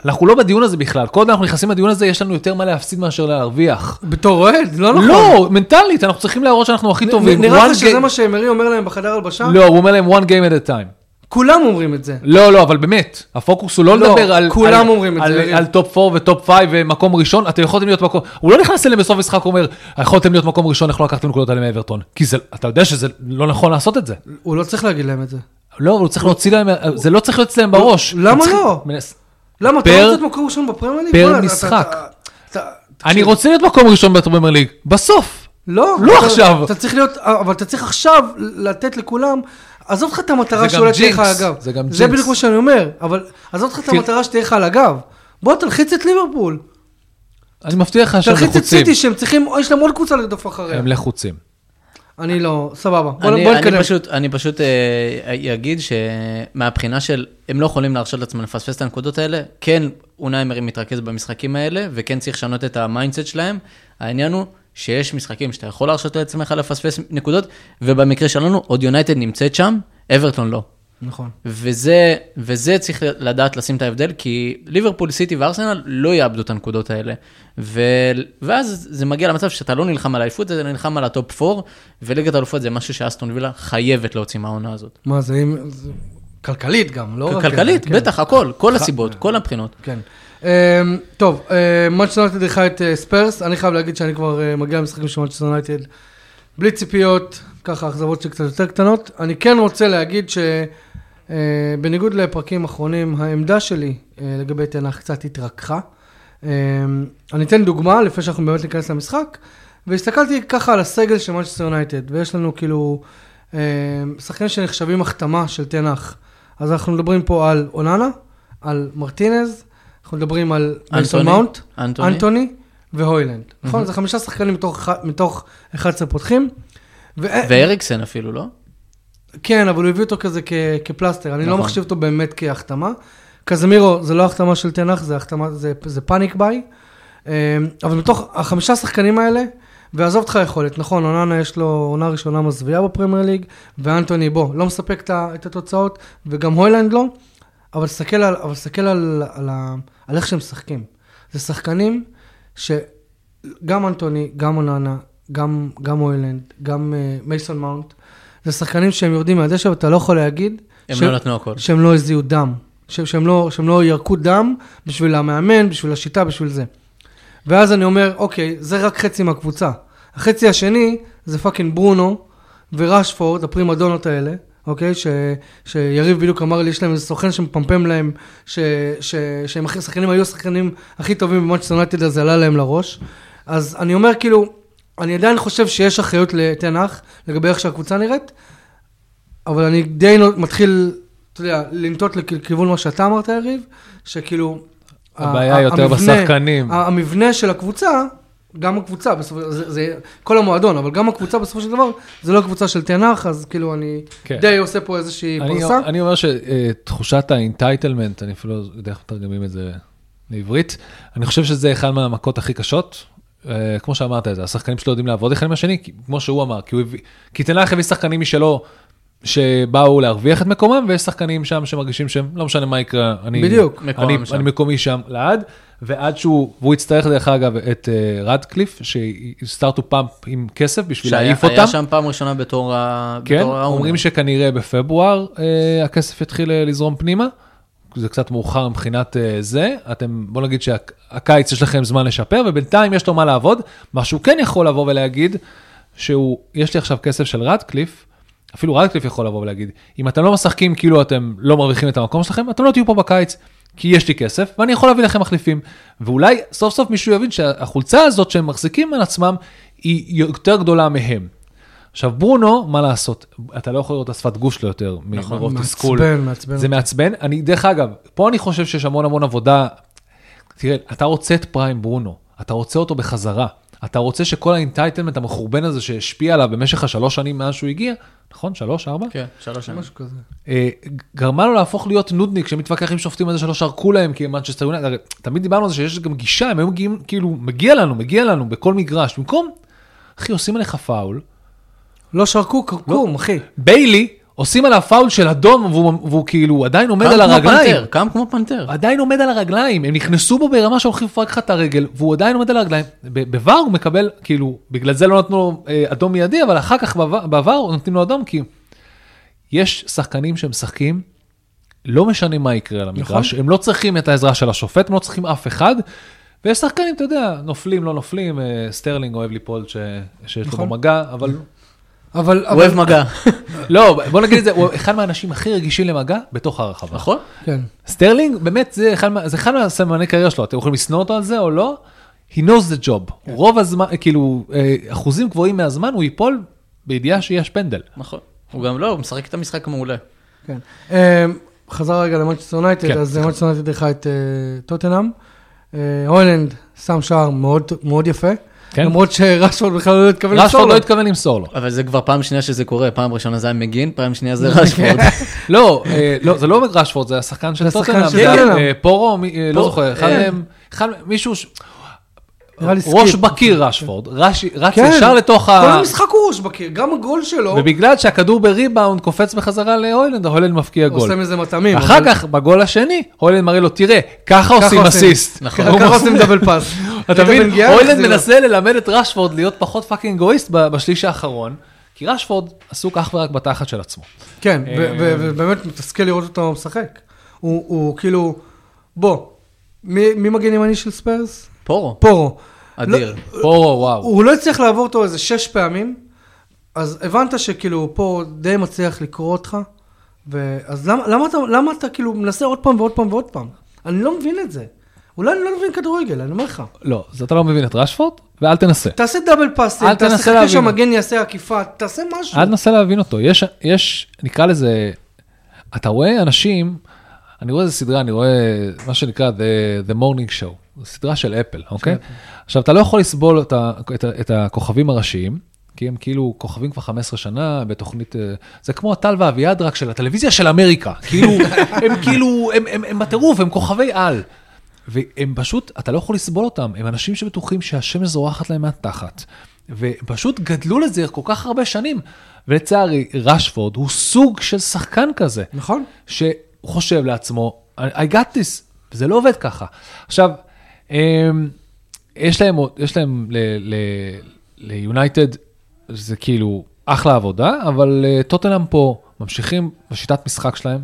Speaker 3: אנחנו לא בדיון הזה בכלל, כל עוד אנחנו נכנסים לדיון הזה, יש לנו יותר מה להפסיד מאשר להרוויח.
Speaker 1: בתור אוהד, לא נכון.
Speaker 3: לא, מנטלית, אנחנו צריכים להראות שאנחנו הכי טובים.
Speaker 1: נ- נראה
Speaker 3: One
Speaker 1: לך שזה
Speaker 3: game-
Speaker 1: מה שאמרי אומר להם בחדר הלבשה?
Speaker 3: לא, הוא אומר להם one game at a time.
Speaker 1: כולם אומרים את זה.
Speaker 3: לא, לא, אבל באמת, הפוקוס הוא לא
Speaker 1: לא,
Speaker 3: לדבר על...
Speaker 1: כולם
Speaker 3: על-
Speaker 1: אומרים את
Speaker 3: על-
Speaker 1: זה, יריב.
Speaker 3: על טופ 4 וטופ 5 ומקום ראשון, אתם יכולתם להיות מקום... הוא לא נכנס אליהם בסוף המשחק, הוא אומר, יכולתם להיות מקום ראשון, איך לא לקחתם נקודות עליהם מאברטון? כי זה, אתה יודע שזה לא נכון לעשות את זה.
Speaker 1: הוא לא צריך להגיד להם את זה.
Speaker 3: לא, אבל הוא צריך להוציא להם, זה לא צריך להיות אצלם בראש.
Speaker 1: למה
Speaker 3: הם צריכים-
Speaker 1: לא?
Speaker 3: מנס-
Speaker 1: למה, אתה
Speaker 3: פר-
Speaker 1: רוצה להיות מקום ראשון בפרמייר ליג?
Speaker 3: פר
Speaker 1: בוא'נה, אתה-
Speaker 3: משחק.
Speaker 1: אתה- אתה-
Speaker 3: אני
Speaker 1: תקשיב.
Speaker 3: רוצה להיות מקום ראשון בפרמייר ליג, בסוף.
Speaker 1: לא,
Speaker 3: לא
Speaker 1: אתה-
Speaker 3: עכשיו.
Speaker 1: אתה צריך להיות, אבל אתה צריך עכשיו לתת לכולם, עזוב לך את
Speaker 3: זה
Speaker 1: המטרה
Speaker 3: גם
Speaker 1: שאולי תהיה לך
Speaker 3: ג'ינקס,
Speaker 1: על הגב.
Speaker 3: זה גם
Speaker 1: זה
Speaker 3: ג'ינקס.
Speaker 1: בדיוק מה שאני אומר, אבל עזוב לך את
Speaker 3: כי-
Speaker 1: המטרה שתהיה לך על הגב. בוא תלחיץ את ליברפול,
Speaker 3: אני מבטיח לך שהם
Speaker 1: תלחיץ את
Speaker 3: לחוצים.
Speaker 1: סיטי אה, שהם צריכים, יש להם עוד קבוצה לרדוף אחריה.
Speaker 3: הם לא- לחוצים.
Speaker 1: אני לא, סבבה, בוא
Speaker 2: אני,
Speaker 1: בוא
Speaker 2: אני
Speaker 1: נתקדם.
Speaker 2: פשוט, אני פשוט אה, אגיד שמהבחינה של, הם לא יכולים להרשות לעצמם לפספס את הנקודות האלה. כן, אונאי אמרי מתרכז במשחקים האלה, וכן צריך לשנות את המיינדסט שלהם. העניין הוא שיש משחקים שאתה יכול להרשות לעצמך לפספס נקודות, ובמקרה שלנו, עוד יונייטד נמצאת שם, אברטון לא.
Speaker 1: נכון.
Speaker 2: וזה, וזה צריך לדעת לשים את ההבדל, כי ליברפול, סיטי וארסנל לא יאבדו את הנקודות האלה. ו... ואז זה מגיע למצב שאתה לא נלחם על האליפות, אתה נלחם על הטופ 4, וליגת האלופות זה משהו שאסטון וילה חייבת להוציא מהעונה הזאת.
Speaker 1: מה זה, אם... זה- כלכלית גם, לא רק...
Speaker 2: כלכלית,
Speaker 1: כן.
Speaker 2: בטח, הכל, כל הסיבות, כל הבחינות.
Speaker 1: כן. Um, טוב, אמ, מנצ'סטר יונייטד אירחה את אה, ספרס, אני חייב להגיד שאני כבר אה, מגיע למשחקים של מנצ'סטר יונייטד בלי ציפיות, ככה אכזבות שקצת יותר קטנות. אני כן רוצה להגיד שבניגוד לפרקים אחרונים, העמדה שלי אה, לגבי תנח קצת התרככה. אה, אני אתן דוגמה לפני שאנחנו באמת ניכנס למשחק, והסתכלתי ככה על הסגל של מנצ'סטר יונייטד, ויש לנו כאילו אה, שחקנים שנחשבים החתמה של תנח. אז אנחנו מדברים פה על אוננה, על מרטינז, אנחנו מדברים על מייסון
Speaker 2: אנטוני,
Speaker 1: מאונט,
Speaker 2: אנטוני.
Speaker 1: אנטוני והוילנד. נכון? זה חמישה שחקנים מתוך אח- מתוך 11 פותחים. ו-
Speaker 2: ואריקסן אפילו, לא?
Speaker 1: כן, אבל הוא הביא אותו כזה כ- כפלסטר, אני לא
Speaker 2: נכון.
Speaker 1: מחשיב אותו באמת כהחתמה. קזמירו, זה לא החתמה של תנח, זה החתמה, זה, זה פאניק ביי. אמ, אבל מתוך החמישה שחקנים האלה, ועזוב אותך יכולת, נכון, אוננה יש לו עונה ראשונה מזוויעה בפרמייר ליג, ואנטוני בוא, לא מספק את ה- את התוצאות, וגם הוילנד לא, אבל תסתכל על, אבל תסתכל על, על, ה- על איך שהם משחקים. זה שחקנים שגם אנטוני, גם אוננה, גם, גם אוילנד, גם אה, מייסון מאונט, זה שחקנים שהם יורדים מהדשא ואתה לא יכול להגיד
Speaker 2: הם
Speaker 1: ש-
Speaker 2: לא נתנו הכל.
Speaker 1: שהם לא הזיעו דם. ש- שהם לא, שהם לא ירקו דם בשביל המאמן, בשביל השיטה, בשביל זה. ואז אני אומר, אוקיי, זה רק חצי מהקבוצה. החצי השני זה פאקינג ברונו וראשפורד, הפרימדונות האלה, אוקיי? ש, שיריב בדיוק אמר לי, יש להם איזה סוכן שמפמפם להם, ש, ש, שהם הכי, השחקנים היו השחקנים הכי טובים במאצ'סטר יונייטד, אז זה עלה להם לראש. אז אני אומר, כאילו, אני עדיין חושב שיש אחריות לתנח לגבי איך שהקבוצה נראית, אבל אני די נו- מתחיל, אתה יודע, לנטות לכיוון מה שאתה אמרת, יריב, שכאילו...
Speaker 3: הבעיה
Speaker 1: ה- ה-
Speaker 3: יותר
Speaker 1: המבנה- אה,
Speaker 3: בשחקנים.
Speaker 1: ה- המבנה של הקבוצה, גם הקבוצה, בסופו, זה, זה כל המועדון, אבל גם הקבוצה בסופו של דבר, זה לא קבוצה של תנח, אז כאילו אני
Speaker 3: כן.
Speaker 1: די עושה פה איזושהי
Speaker 3: אני-
Speaker 1: פרסה.
Speaker 3: אני אומר שתחושת האינטייטלמנט, אני אפילו לא יודע איך מתרגמים את זה לעברית, אני חושב שזה אחד מהמכות הכי קשות. אה, כמו שאמרת, זה השחקנים שלו יודעים לעבוד אחד עם השני, כי- כמו שהוא אמר, כי הוא הביא- כי תנח הביא שחקנים משלו שבאו להרוויח את מקומם, ויש שחקנים שם שמרגישים שהם, לא משנה מה יקרה, אני,
Speaker 1: בדיוק.
Speaker 2: מקומם
Speaker 3: אני,
Speaker 2: שם.
Speaker 3: אני מקומי שם לעד, ועד שהוא, והוא יצטרך דרך אגב את אה, רדקליף, שסטארט הוא פאמפ עם כסף בשביל
Speaker 2: שהיה-
Speaker 3: להעיף אותם.
Speaker 2: היה שם פעם ראשונה בתור ה...
Speaker 3: כן,
Speaker 2: בתור האו"ם.
Speaker 3: אומרים שכנראה בפברואר אה, הכסף יתחיל אה, לזרום פנימה. זה קצת מאוחר מבחינת אה, זה, אתם, בוא נגיד שהקיץ יש לכם זמן לשפר, ובינתיים יש לו מה לעבוד. מה שהוא כן יכול לבוא ולהגיד, שהוא, יש לי עכשיו כסף של רדקליף, אפילו רדקליף יכול לבוא ולהגיד, אם אתם לא משחקים כאילו אתם לא מרוויחים את המקום שלכם, אתם לא תהיו פה בקיץ, כי יש לי כסף, ואני יכול להביא לכם מחליפים. ואולי סוף סוף מישהו יבין שהחולצה הזאת שהם מחזיקים על עצמם, היא יותר גדולה מהם. עכשיו ברונו, מה לעשות, אתה לא יכול לראות את השפת גוף שלו יותר, נכון, מרוב תסכול.
Speaker 1: מעצבן, מעצבן.
Speaker 3: זה מעצבן. אני, דרך אגב, פה אני חושב שיש המון המון עבודה. תראה, אתה רוצה את פריים ברונו, אתה רוצה אותו בחזרה. אתה רוצה שכל האינטייטלמנט המחורבן הזה שהשפיע עליו במשך השלוש שנים מאז שהוא הגיע, נכון? שלוש, ארבע?
Speaker 2: כן, שלוש שנים.
Speaker 1: משהו כזה.
Speaker 3: אה, גרמה לו להפוך להיות נודניק שמתווכח עם שופטים על זה שלא שרקו להם כי הם מנצ'סטר יונייטד. הרי תמיד דיברנו על זה שיש גם גישה, הם היו מגיעים, כאילו, מגיע לנו, מגיע לנו בכל מגרש. במקום, אחי, עושים עליך פאול,
Speaker 1: לא שרקו, קרקום, אחי.
Speaker 3: ביילי, עושים עליו פאול של אדום, והוא, והוא כאילו עדיין עומד
Speaker 2: קם
Speaker 3: על
Speaker 2: כמו
Speaker 3: הרגליים.
Speaker 2: פנתר, קם כמו פנתר.
Speaker 3: עדיין עומד על הרגליים, הם נכנסו בו ברמה שהולכים לפרק לך את הרגל, והוא עדיין עומד על הרגליים. בבר הוא מקבל, כאילו, בגלל זה לא נתנו לו אה, אדום מיידי, אבל אחר כך בעבר נותנים לו אדום, כי יש שחקנים שמשחקים, לא משנה מה יקרה על המגרש,
Speaker 2: נכון.
Speaker 3: הם לא צריכים את העזרה של השופט, הם לא צריכים אף אחד. ויש שחקנים, אתה יודע, נופלים, לא נופלים, אה, סטרלינג אוהב ליפול ש- שיש לו
Speaker 1: נכון.
Speaker 3: במגע, אבל
Speaker 1: אבל...
Speaker 2: הוא אוהב מגע.
Speaker 3: לא, בוא נגיד את זה, הוא אחד מהאנשים הכי רגישים למגע בתוך הרחבה.
Speaker 2: נכון?
Speaker 1: כן.
Speaker 3: סטרלינג, באמת, זה אחד, מה- זה אחד מהסמני קריירה שלו, אתם יכולים לשנוא אותו על זה או לא? He knows the job.
Speaker 1: כן.
Speaker 3: רוב הזמן, כאילו, אה, אחוזים גבוהים מהזמן הוא ייפול בידיעה שיש פנדל.
Speaker 2: נכון. הוא גם לא, הוא משחק את המשחק מעולה.
Speaker 1: כן. אמ, חזר רגע למנצ'סטר יונייטד,
Speaker 3: כן,
Speaker 1: אז
Speaker 3: סליחה.
Speaker 1: מנצ'סטר יונייטד אירחה את אה, טוטנאם. אה, הולנד שם שער מאוד מאוד יפה.
Speaker 3: כן.
Speaker 1: למרות שרשפורד בכלל לא התכוון למסור
Speaker 3: רשפורד
Speaker 1: לו.
Speaker 3: לא התכוון למסור לו.
Speaker 2: אבל זה כבר פעם שנייה שזה קורה, פעם ראשונה זה היה מגין, פעם שנייה זה רשפורד.
Speaker 3: לא, אה, לא, זה לא רשפורד, זה השחקן של
Speaker 1: זה השחקן
Speaker 3: טוטנאם,
Speaker 1: של
Speaker 3: זה
Speaker 1: טוטנהאם.
Speaker 3: אה, פורו, מי- אה, לא
Speaker 2: פור-
Speaker 3: זוכר, אחד
Speaker 2: אה.
Speaker 3: מהם, אחד מהם, מישהו, ש-
Speaker 1: נראה לי סקיפ.
Speaker 3: ראש בקיר רשפורד, רש- רץ
Speaker 1: כן.
Speaker 3: ישר לתוך
Speaker 1: כל
Speaker 3: ה...
Speaker 1: המשחק הוא ראש בקיר, גם הגול שלו,
Speaker 3: ובגלל שהכדור בריבאונד קופץ בחזרה להוילנד, ההוילנד מבקיע גול.
Speaker 1: עושה מזה מטעמים.
Speaker 3: אחר
Speaker 1: אבל-
Speaker 3: כך, בגול השני, הוילנד מראה לו, תראה, ככה עושים
Speaker 1: עושים.
Speaker 3: אסיסט.
Speaker 2: נכון.
Speaker 1: ככה
Speaker 3: הוא
Speaker 1: עושים דאבל פאס.
Speaker 3: אתה מבין,
Speaker 1: בן גיאל
Speaker 3: הוילנד
Speaker 1: החזיר לו.
Speaker 3: מנסה ללמד את רשפורד להיות פחות פאקינג אגואיסט ב- בשליש האחרון, כי רשפורד עסוק אך ורק בתחת של עצמו.
Speaker 1: כן, ו-
Speaker 3: אה.
Speaker 1: ו- ובאמת מתסכל לראות אותו משחק. הוא- הוא כאילו, בוא, מי מי מגן ימני של ספיירס?
Speaker 2: פורו,
Speaker 1: פורו. לא-
Speaker 2: אדיר.
Speaker 3: לא- פורו, וואו.
Speaker 1: הוא לא הצליח לעבור אותו איזה שש פעמים, אז הבנת שכאילו פה הוא די מצליח לקרוא אותך, אז למה, למה, אתה, למה אתה כאילו מנסה עוד פעם ועוד פעם ועוד פעם? אני לא מבין את זה. אולי אני לא מבין כדורגל, אני אומר לך.
Speaker 3: לא, אז אתה לא מבין את רשפורד, ואל תנסה.
Speaker 1: תעשה דאבל פאסים,
Speaker 3: אל
Speaker 1: תעשה
Speaker 3: תנסה
Speaker 1: חכה
Speaker 3: להבין.
Speaker 1: שהמגן יעשה עקיפה, תעשה משהו.
Speaker 3: אל תנסה להבין אותו. יש, יש, נקרא לזה, אתה רואה אנשים, אני רואה איזה סדרה, אני רואה מה שנקרא The, the Morning Show, זו סדרה של אפל, אוקיי? עכשיו, אתה לא יכול לסבול את, ה, את, ה- את הכוכבים הראשיים, כי הם כאילו כוכבים כבר 15 שנה בתוכנית, אה, זה כמו הטל והאביעד רק של הטלוויזיה של אמריקה, כאילו, הם כאילו, הם, הם, הם בטירוף, הם כוכבי על. והם פשוט, אתה לא יכול לסבול אותם, הם אנשים שבטוחים שהשמש זורחת להם מהתחת. ופשוט גדלו לזה כל כך הרבה שנים. ולצערי, רשפורד הוא סוג של שחקן כזה.
Speaker 1: נכון.
Speaker 3: שהוא הוא חושב לעצמו, I got this, זה לא עובד ככה. עכשיו, אמ, יש להם, עוד- יש להם ליונייטד, זה כאילו אחלה עבודה, אבל אה, טוטנהאם פה ממשיכים בשיטת משחק שלהם.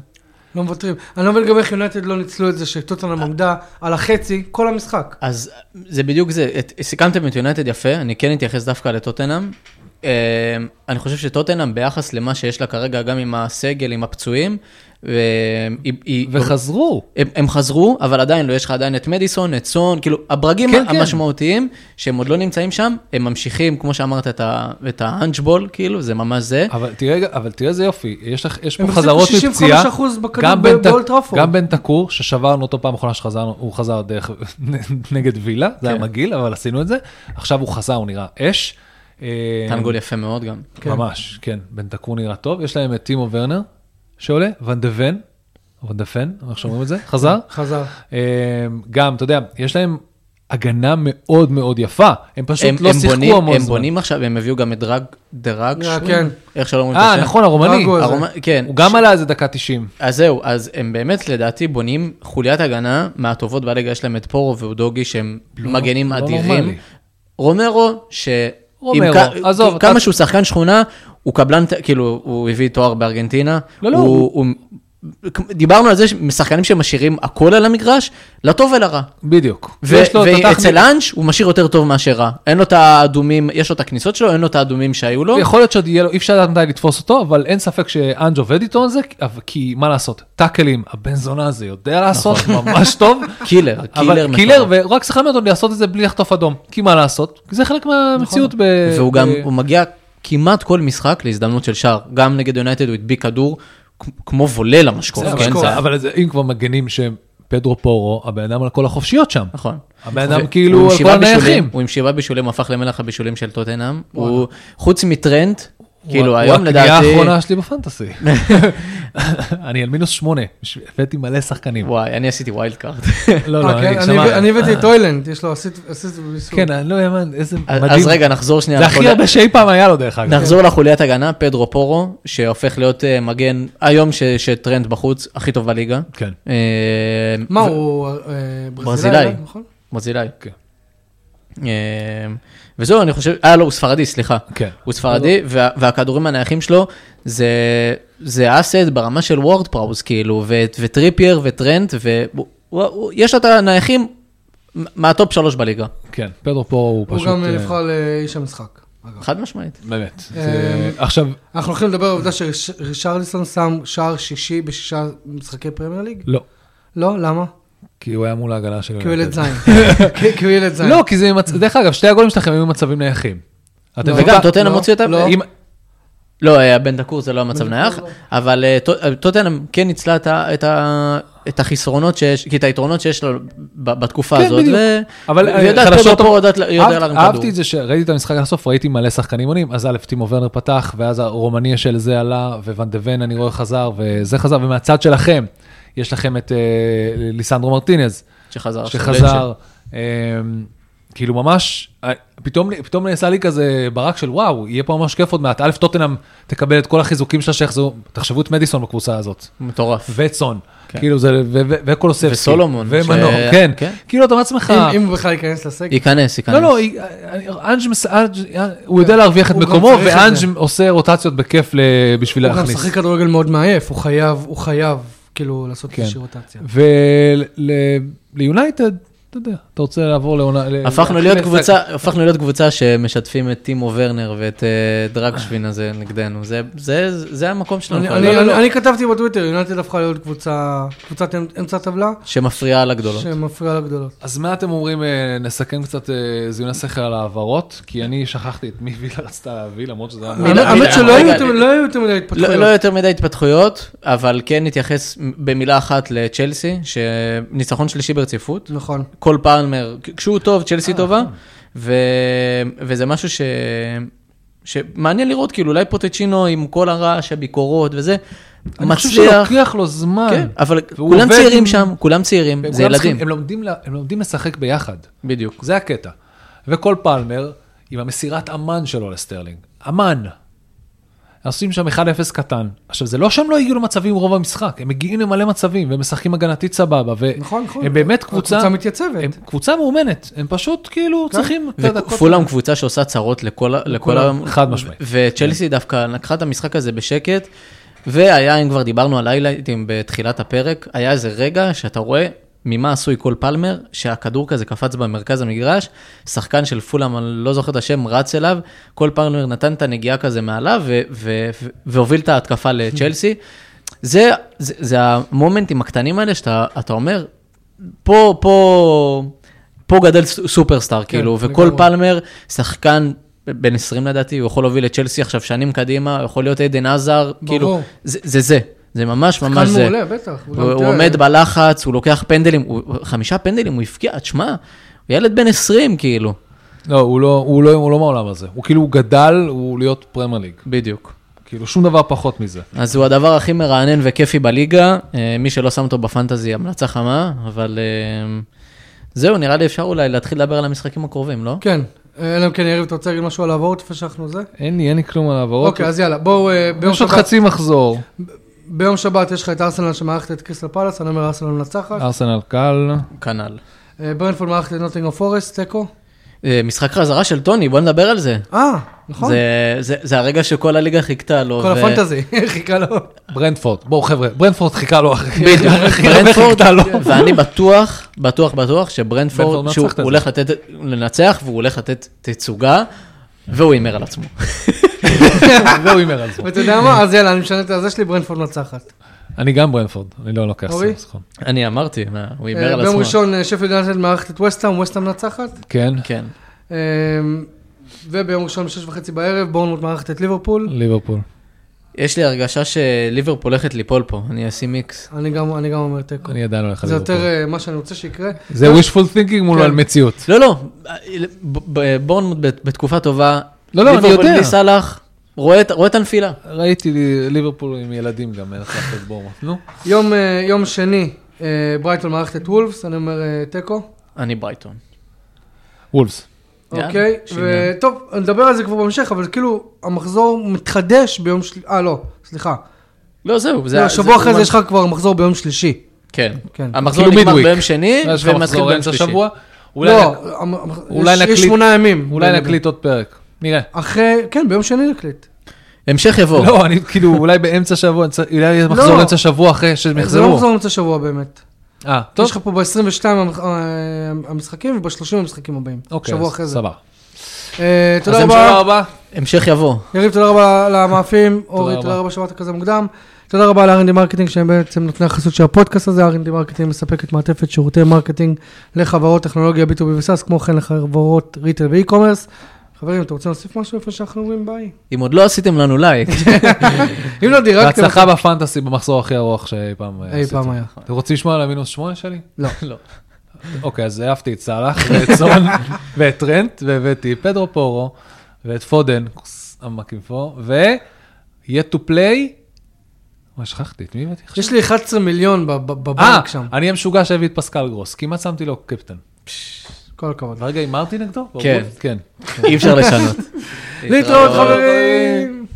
Speaker 1: לא מוותרים. אני לא מבין גם איך יונייטד לא ניצלו את זה שטוטנאם עמדה על החצי כל המשחק.
Speaker 2: אז אה, זה בדיוק זה, את, סיכמתם את יונייטד יפה, אני כן אתייחס דווקא לטוטנאם. אמ, אני חושב שטוטנאם ביחס למה שיש לה כרגע, גם עם הסגל, עם הפצועים, אמ, היא, היא,
Speaker 3: וחזרו.
Speaker 2: הם, הם חזרו, אבל עדיין לא, יש לך עדיין את מדיסון, את סון, כאילו, הברגים
Speaker 3: כן,
Speaker 2: כן,
Speaker 3: כן.
Speaker 2: המשמעותיים, שהם עוד לא נמצאים שם, הם ממשיכים, כמו שאמרת, את ה- את ההאנג'בול, כאילו, זה ממש זה.
Speaker 3: אבל תראה, אבל תראה איזה יופי, יש, לך, יש פה
Speaker 1: הם החזיקו
Speaker 3: חזרות
Speaker 1: 65%
Speaker 3: מפציעה,
Speaker 1: בכדור
Speaker 3: גם
Speaker 1: ב-
Speaker 3: בן ת-
Speaker 1: באולד טראפורד.
Speaker 3: גם בן תקור, ששברנו אותו פעם אחרונה שחזרנו, הוא חזר דרך נגד וילה, זה היה
Speaker 2: כן.
Speaker 3: מגעיל, אבל עשינו את זה, עכשיו הוא חזר, הוא נראה אש. אה,
Speaker 2: נתן גול יפה מאוד גם.
Speaker 1: כן.
Speaker 3: ממש, כן, בן תקור נראה טוב, יש להם את טימו ורנר שעולה, ואן דה ון, ואן דה פן, איך שאומרים את זה, חזר.
Speaker 1: חזר.
Speaker 3: אה, גם, אתה יודע, יש להם הגנה מאוד מאוד יפה, הם פשוט
Speaker 2: הם,
Speaker 3: לא
Speaker 2: הם,
Speaker 3: שיחקו
Speaker 2: בונים,
Speaker 3: המון
Speaker 2: הם
Speaker 3: זמן.
Speaker 2: בונים עכשיו, הם הביאו גם את דרג, דרג,
Speaker 1: אה,
Speaker 2: ש-
Speaker 1: כן.
Speaker 2: איך שלא אומרים את השם.
Speaker 3: אה, נכון, הרומני,
Speaker 1: דרגו הזה.
Speaker 2: הרומא- כן.
Speaker 3: הוא גם עלה איזה דקה 90.
Speaker 2: אז זהו, אז הם באמת לדעתי בונים חוליית הגנה מהטובות בליגה, יש להם את פורו ואודוגי שהם מגנים
Speaker 3: לא
Speaker 2: אדירים.
Speaker 3: נורמלי.
Speaker 2: רומרו, ש...
Speaker 3: רומרו,
Speaker 2: עם כ-
Speaker 3: עזוב,
Speaker 2: כמה
Speaker 3: אתה-
Speaker 2: שהוא שחקן שכונה, הוא קבלן, ת- כאילו, הוא הביא תואר בארגנטינה.
Speaker 3: לא, לא,
Speaker 2: הוא... הוא- דיברנו על זה ששחקנים שמשאירים הכל על המגרש, לטוב ולרע.
Speaker 3: בדיוק.
Speaker 2: ו-
Speaker 3: ויש לו את התחת-
Speaker 2: ואצל אנש הוא משאיר יותר טוב מאשר רע. אין לו את האדומים, יש לו את הכניסות שלו, אין לו את האדומים שהיו לו.
Speaker 3: יכול להיות שעוד יהיה לו, אי אפשר לדעת מתי לתפוס אותו, אבל אין ספק שאנג' עובד איתו על זה, אבל- כי מה לעשות, טאקלים, הבן זונה הזה יודע לעשות ממש טוב.
Speaker 2: נכון. קילר, קילר
Speaker 3: אבל קילר,
Speaker 2: מטורף.
Speaker 3: ורק צריך ללמד אותו לעשות את זה בלי לחטוף אדום, כי מה לעשות, זה חלק מהמציאות. ב-
Speaker 2: נכון. והוא גם,
Speaker 3: ב-
Speaker 2: הוא מגיע כמעט כל משחק להזדמנות של שער. גם נגד יונייטד הוא הדביק כדור כ- כמו וולה למשקוף,
Speaker 3: זה,
Speaker 2: כן?
Speaker 3: אבל-
Speaker 2: זה-
Speaker 3: אבל זה- אם כבר מגנים שהם פדרו פורו, הבן אדם על כל החופשיות שם.
Speaker 2: נכון.
Speaker 3: הבן אדם
Speaker 2: ו-
Speaker 3: כאילו
Speaker 2: הוא עם
Speaker 3: על כל
Speaker 2: שבעה בישולים,
Speaker 3: הנייחים.
Speaker 2: הוא עם שבעה בישולים, הפך למלך הבישולים של טוטנאם. הוא, חוץ מטרנד, כאילו
Speaker 3: הוא-
Speaker 2: היום
Speaker 3: הוא הקנייה
Speaker 2: לדעתי...
Speaker 3: האחרונה שלי בפנטסי. אני על מינוס שמונה, הבאתי מלא שחקנים.
Speaker 2: וואי, אני עשיתי ווילד קארט.
Speaker 3: לא, לא,
Speaker 1: אה, כן,
Speaker 3: אני
Speaker 1: אני
Speaker 3: שמע-
Speaker 1: הבא- אני הבאתי את אוילנד, יש לו אסיסט אסיסט בביסור.
Speaker 3: כן, אני לא יאמן, איזה
Speaker 2: אז
Speaker 3: מדהים.
Speaker 2: אז רגע, נחזור שנייה.
Speaker 3: זה הכי
Speaker 2: לחולה-
Speaker 3: הרבה שאי פעם היה לו דרך אגב.
Speaker 2: נחזור לחוליית הגנה, פדרו פורו, שהופך להיות אה, מגן היום ש- שטרנד בחוץ, הכי טוב בליגה.
Speaker 3: כן.
Speaker 2: אה,
Speaker 1: מה,
Speaker 2: ו-
Speaker 1: הוא אה, ברזילאי,
Speaker 2: ברזילאי.
Speaker 1: לא? נכון?
Speaker 2: ברזילאי.
Speaker 3: כן.
Speaker 2: אה, וזהו, אני חושב, אה, לא, הוא ספרדי, סליחה.
Speaker 3: כן.
Speaker 2: הוא ספרדי,
Speaker 1: לא,
Speaker 2: וה, והכדורים הנייחים שלו זה, זה אסד ברמה של וורד פראוס, כאילו, ו, וטריפייר וטרנט, ויש לו את הנייחים מהטופ שלוש בליגה,
Speaker 3: כן, פדרו פה הוא
Speaker 1: הוא
Speaker 3: פשוט...
Speaker 1: גם אה,
Speaker 3: אה,
Speaker 1: נבחר אה, לאיש המשחק. אגב.
Speaker 2: חד משמעית.
Speaker 3: באמת. זה- עכשיו,
Speaker 1: אנחנו הולכים לדבר על העובדה שרישרליסון שם שער שישי בשישה משחקי פרמייר ליג?
Speaker 3: לא,
Speaker 1: לא, למה?
Speaker 3: כי הוא היה מול ההגנה של...
Speaker 1: כי הוא ילד
Speaker 3: יונייטד.
Speaker 1: זין. כי- כי הוא ילד זין.
Speaker 3: כן. לא, כי זה... מצ- דרך אגב, שתי הגולים שלכם היו מצבים נייחים. אתם
Speaker 1: לא.
Speaker 2: וגם
Speaker 3: טיפה-
Speaker 2: טוטנאם
Speaker 1: לא,
Speaker 2: הוציא אותם,
Speaker 1: לא.
Speaker 2: אם- לא, היה בן דקור זה לא היה מצב
Speaker 1: דקור
Speaker 2: נייח,
Speaker 1: לא.
Speaker 2: אבל אה, טו- אה, טוטנאם כן ניצלה את ה- את ה- את החסרונות שיש, כי את היתרונות שיש לו ב- בתקופה
Speaker 3: כן,
Speaker 2: הזאת,
Speaker 3: בדיוק.
Speaker 2: ו-
Speaker 3: אבל אה,
Speaker 2: והיא יודעת,
Speaker 3: חלשות
Speaker 2: פדרו
Speaker 3: טוב.
Speaker 2: פורו יודעת- יודע
Speaker 3: אהבת-
Speaker 2: להרים כדור.
Speaker 3: אהבתי את זה שראיתי את המשחק עד הסוף, ראיתי מלא שחקנים עונים, אז א', טימו ורנר פתח, ואז הרומניה של זה עלה, וואן דה ון אני רואה חזר, וזה חזר, ומהצד שלכם, יש לכם את אה, ליסנדרו מרטינז,
Speaker 1: אה,
Speaker 2: שחזר.
Speaker 3: שחזר, אמ, כאילו ממש, אה, פתאום, פתאום נעשה לי כזה ברק של וואו, יהיה פה ממש כיף עוד מעט. א', טוטנאם תקבל את כל החיזוקים שלה שיחזרו, תחשבו את מדיסון בקבוצה הזאת,
Speaker 2: מטורף.
Speaker 3: וצאן,
Speaker 2: כן.
Speaker 3: כאילו זה, ו- ו- וקולוספסקי.
Speaker 2: וסולומון,
Speaker 3: ומנור,
Speaker 2: ש-
Speaker 3: כן,
Speaker 2: כן.
Speaker 3: כאילו אתה אומר לעצמך,
Speaker 1: אם- אם הוא בכלל ייכנס לסגל.
Speaker 2: ייכנס, ייכנס.
Speaker 3: לא, לא, היא- אנג' מס- אנג'- הוא יודע להרוויח את
Speaker 1: הוא גם
Speaker 3: מקומו,
Speaker 1: צריך את זה.
Speaker 3: ואנג' עושה רוטציות בכיף ל- בשביל
Speaker 1: הוא גם
Speaker 3: להכניס.
Speaker 1: משחק כדורגל מאוד מעייף, הוא חייב, הוא חייב, כאילו, לעשות
Speaker 3: כן.
Speaker 1: איזושהי רוטציה.
Speaker 3: וליונייטד, אתה יודע, אתה רוצה לעבור לעונה... ל-
Speaker 2: הפכנו
Speaker 3: להתחיל
Speaker 2: להיות
Speaker 3: לשחק.
Speaker 2: קבוצה, הפכנו להיות קבוצה שמשתפים את טימו ורנר ואת אה, דרגשווין הזה נגדנו. זה- זה זה המקום שלנו.
Speaker 1: אני-
Speaker 2: יכול
Speaker 1: אני-
Speaker 2: להיות.
Speaker 1: אני- אני כתבתי בטוויטר, יונתן הפכה להיות קבוצה, קבוצת אמ- אמצע טבלה,
Speaker 2: שמפריעה לגדולות.
Speaker 1: שמפריעה לגדולות.
Speaker 3: אז מה אתם אומרים, אה, נסכם קצת אה, זיון השכל על העברות? כי אני שכחתי את מי וילה רצתה להביא, למרות שזה היה...
Speaker 2: מילה-
Speaker 1: האמת
Speaker 2: מילה-
Speaker 1: שלא
Speaker 2: רגע,
Speaker 1: היו
Speaker 3: אה,
Speaker 2: אני-
Speaker 1: יותר- לא היו יותר מדי
Speaker 2: לא לא
Speaker 1: התפתחויות.
Speaker 2: יותר מדי התפתחויות, אבל כן נתייחס במילה אחת לצ'לסי, שניצחון שלישי ברציפות.
Speaker 1: נכון.
Speaker 2: קול פלמר, כ- כשהוא טוב,
Speaker 3: אה,
Speaker 2: צ'לסי טובה,
Speaker 3: נכון.
Speaker 2: ו... וזה משהו ש... שמעניין לראות, כאילו אולי פוטצ'ינו עם כל הרעש, הביקורות וזה,
Speaker 3: אני חושב
Speaker 2: מצליח,
Speaker 3: שלוקח לו זמן.
Speaker 2: כן, אבל
Speaker 3: והוא
Speaker 2: כולם
Speaker 3: עובד
Speaker 2: צעירים
Speaker 3: עם-
Speaker 2: שם, כולם צעירים,
Speaker 3: והם
Speaker 2: זה
Speaker 3: כולם צריכים-
Speaker 2: ילדים,
Speaker 3: הם לומדים ל- הם לומדים לשחק ביחד.
Speaker 2: בדיוק.
Speaker 3: זה הקטע. וכל פלמר, עם המסירת אמן שלו לסטרלינג, אמן. עושים שם 1-0 קטן. עכשיו, זה לא שהם לא הגיעו למצבים רוב המשחק, הם מגיעים למלא מצבים, והם משחקים הגנתית סבבה,
Speaker 1: נכון, נכון.
Speaker 3: והם באמת קבוצה...
Speaker 1: הקבוצה מתייצבת.
Speaker 3: הם קבוצה מאומנת, הם פשוט כאילו
Speaker 1: כן.
Speaker 3: צריכים... אתה יודע, כל-
Speaker 2: ופולאם קבוצה שעושה צרות לכל ה... לכל ה...
Speaker 3: לכולם, חד משמעית. כן.
Speaker 2: וצ'לסי דווקא לקחה את המשחק הזה בשקט, והיה, אם כבר דיברנו על היילייטים בתחילת הפרק, היה איזה רגע שאתה רואה ממה עשוי כל פלמר, שהכדור כזה קפץ במרכז המגרש, שחקן של פולאם, אני לא זוכר את השם, רץ אליו, כל פלמר נתן את הנגיעה כזה מעליו, ו- ו- ו- והוביל את ההתקפה לצ'לסי. זה, זה, זה המומנטים הקטנים האלה שאתה אתה אומר, פה, פה, פה גדל ס-
Speaker 3: כן,
Speaker 2: סופרסטאר, כאילו, וכל
Speaker 1: לגמרי.
Speaker 2: פלמר, שחקן בן 20 לדעתי, הוא יכול להוביל את צ'לסי עכשיו שנים קדימה, הוא יכול להיות עדן עזר,
Speaker 1: ברור.
Speaker 2: כאילו, זה זה, זה, זה ממש ממש
Speaker 1: כאן
Speaker 2: זה.
Speaker 1: מעולה, בטח.
Speaker 2: הוא, הוא עומד בלחץ, הוא לוקח פנדלים, הוא, חמישה פנדלים הוא הפקיע, תשמע, הוא ילד בן 20, כאילו,
Speaker 3: לא, הוא לא, הוא לא, הוא לא מהעולם הזה. הוא כאילו הוא גדל, הוא להיות פרמייר ליג.
Speaker 2: בדיוק.
Speaker 3: כאילו שום דבר פחות מזה.
Speaker 2: אז הוא הדבר הכי מרענן וכיפי בליגה. אה, מי שלא שם אותו בפנטזי, המלצה חמה, אבל אה, זהו, נראה לי אפשר אולי להתחיל לדבר על המשחקים הקרובים, לא?
Speaker 1: כן, אה, אלא אם כן, יריב, אתה רוצה להגיד משהו על העברות לפני שאנחנו זה?
Speaker 3: אין לי, אין לי כלום על העברות.
Speaker 1: אוקיי, אז יאללה, בואו, אה, ביום
Speaker 3: יש עוד
Speaker 1: שבת-
Speaker 3: חצי מחזור.
Speaker 1: ביום שבת יש לך את ארסנל שמערכת את קריסטל פלאס, אני אומר ארסנל מנצחת.
Speaker 3: ארסנל קל.
Speaker 2: כנ"ל.
Speaker 1: אה, ברנפורד מערכת את נוטינגרם פורסט, תיקו.
Speaker 2: אה, משחק חזרה של טוני, בוא נדבר על זה.
Speaker 1: אה, נכון.
Speaker 2: זה, זה, זה הרגע שכל הליגה חיכתה לו.
Speaker 1: כל הפנטזי, חיכה לו.
Speaker 3: ברנדפורד. בואו חבר'ה, ברנדפורד חיכה לו אחי.
Speaker 2: בדיוק,
Speaker 3: הכי הרבה
Speaker 2: ברנפורד,
Speaker 3: חיכתה לו.
Speaker 2: ואני בטוח, בטוח, בטוח
Speaker 3: ברנפורד
Speaker 2: שברנפורד,
Speaker 3: מנצח
Speaker 2: שהוא
Speaker 3: את
Speaker 2: הוא
Speaker 3: זה.
Speaker 2: הולך לתת, לנצח והוא הולך לתת תצוגה, והוא הימר על עצמו.
Speaker 3: והוא כן, הימר על זה.
Speaker 1: ואתה יודע מה? אז יאללה, אני משנה את הזה שלי, ברנפורד מנצחת.
Speaker 3: אני גם ברנדפורד, אני לא לוקח
Speaker 1: אורי?
Speaker 3: סתם סכום.
Speaker 2: אני אמרתי, מה, הוא הימר
Speaker 1: אה,
Speaker 2: על
Speaker 1: ביום
Speaker 2: עצמו.
Speaker 1: ראשון, אה, שפילד יונייטד מארחת את וסטהאם, וסטהאם מנצחת.
Speaker 3: כן,
Speaker 2: כן.
Speaker 1: אה, וביום ראשון, בשש וחצי בערב, בורנמוט מארחת את ליברפול.
Speaker 3: ליברפול.
Speaker 2: יש לי הרגשה שליברפול הולכת ליפול פה, אני אשים מיקס.
Speaker 1: אני גם אני גם אומר תיקו.
Speaker 3: אני עדיין הולך על
Speaker 1: זה יותר
Speaker 3: ליברפול.
Speaker 1: אה, מה שאני רוצה שיקרה. אה,
Speaker 3: זה wishful thinking מול
Speaker 1: כן.
Speaker 3: על מציאות.
Speaker 2: לא, לא, בורנמוט בת- בתקופה טובה.
Speaker 3: לא, לא, אני
Speaker 2: ליברפול
Speaker 3: יודע.
Speaker 2: בלי סאלח, רואה את- רואה את הנפילה.
Speaker 3: ראיתי לי- ליברפול עם ילדים גם, מלכת את בורמוט. נו.
Speaker 1: יום, אה, יום שני, אה, ברייטון מארחת את וולפס, אני אומר אה, תיקו.
Speaker 2: אני ברייטון.
Speaker 3: וולפס.
Speaker 2: יאללה,
Speaker 1: אוקיי,
Speaker 2: שוויון.
Speaker 1: וטוב, נדבר על זה כבר בהמשך, אבל כאילו, המחזור מתחדש ביום שלישי, אה, לא, סליחה.
Speaker 2: לא, זהו.
Speaker 1: לא, שבוע אחרי זה יש לך כבר מחזור ביום שלישי.
Speaker 2: כן.
Speaker 1: כן.
Speaker 2: המחזור
Speaker 3: כאילו
Speaker 2: נגמר
Speaker 3: midweek.
Speaker 2: ביום שני,
Speaker 3: יש לך
Speaker 2: ומתחיל
Speaker 3: מחזור
Speaker 2: ביום
Speaker 3: אמצע
Speaker 2: שלישי.
Speaker 3: שבוע? אולי
Speaker 1: לא,
Speaker 3: נק-
Speaker 1: המ- המח-
Speaker 3: אולי
Speaker 1: יש-
Speaker 3: נקליט-
Speaker 1: יש שמונה ימים.
Speaker 3: אולי נקליט עוד פרק. לא, נראה.
Speaker 1: אחרי, כן, ביום שני נקליט.
Speaker 2: המשך יבוא.
Speaker 3: לא, אני כאילו, אולי באמצע שבוע, אני צריך- אולי יהיה
Speaker 1: לא.
Speaker 3: מחזור אמצע שבוע אחרי שהם
Speaker 1: זה לא
Speaker 3: יחזרו.
Speaker 1: מחזור אמצע שבוע באמת.
Speaker 3: אה, טוב.
Speaker 1: יש לך פה ב-22 אה, המשחקים וב-30 המשחקים הבאים.
Speaker 3: אוקיי,
Speaker 1: שבוע
Speaker 3: אז
Speaker 1: אחרי זה.
Speaker 3: סבבה.
Speaker 1: אה,
Speaker 3: אז
Speaker 1: תודה
Speaker 3: הם שבוע
Speaker 1: רבה.
Speaker 3: הבא.
Speaker 2: המשך יבוא.
Speaker 1: יריב, תודה רבה למאפים, אורי,
Speaker 3: רבה.
Speaker 1: תודה רבה שבאת כזה מוקדם. תודה רבה ל-R&D מרקטינג, שהם בעצם נותני החסות של הפודקאסט הזה. R&D מרקטינג מספקת מעטפת שירותי מרקטינג לחברות טכנולוגיה B2B וסאס, כמו כן לחברות ריטל ואי-קומרס. חברים, אתם רוצים להוסיף משהו איפה שאנחנו אומרים ביי?
Speaker 2: אם עוד לא עשיתם לנו לייק,
Speaker 1: אם לא דירקתם...
Speaker 3: בהצלחה בפנטסי במחזור הכי ארוך שאי פעם אה,
Speaker 1: אי
Speaker 3: עשיתם.
Speaker 1: פעם היה.
Speaker 3: אתם רוצים לשמוע על המינוס שמונה שלי?
Speaker 1: לא.
Speaker 3: אוקיי, אז העפתי את סאלח ואת סון ואת טרנט, והבאתי פדרו פורו ואת פודן, כוס, עמק עם פור, ו-yet to play, מה שכחתי, את מי הבאתי עכשיו?
Speaker 1: יש לי 11 מיליון ב- ב-
Speaker 3: אה,
Speaker 1: בבנק שם.
Speaker 3: אני המשוגע שהביא את פסקל גרוס, כמעט שמתי לו קפטן.
Speaker 1: כל הכבוד.
Speaker 3: רגע, הימרתי נגדו?
Speaker 2: כן.
Speaker 3: כן.
Speaker 2: אי אפשר לשנות.
Speaker 1: להתראות חברים!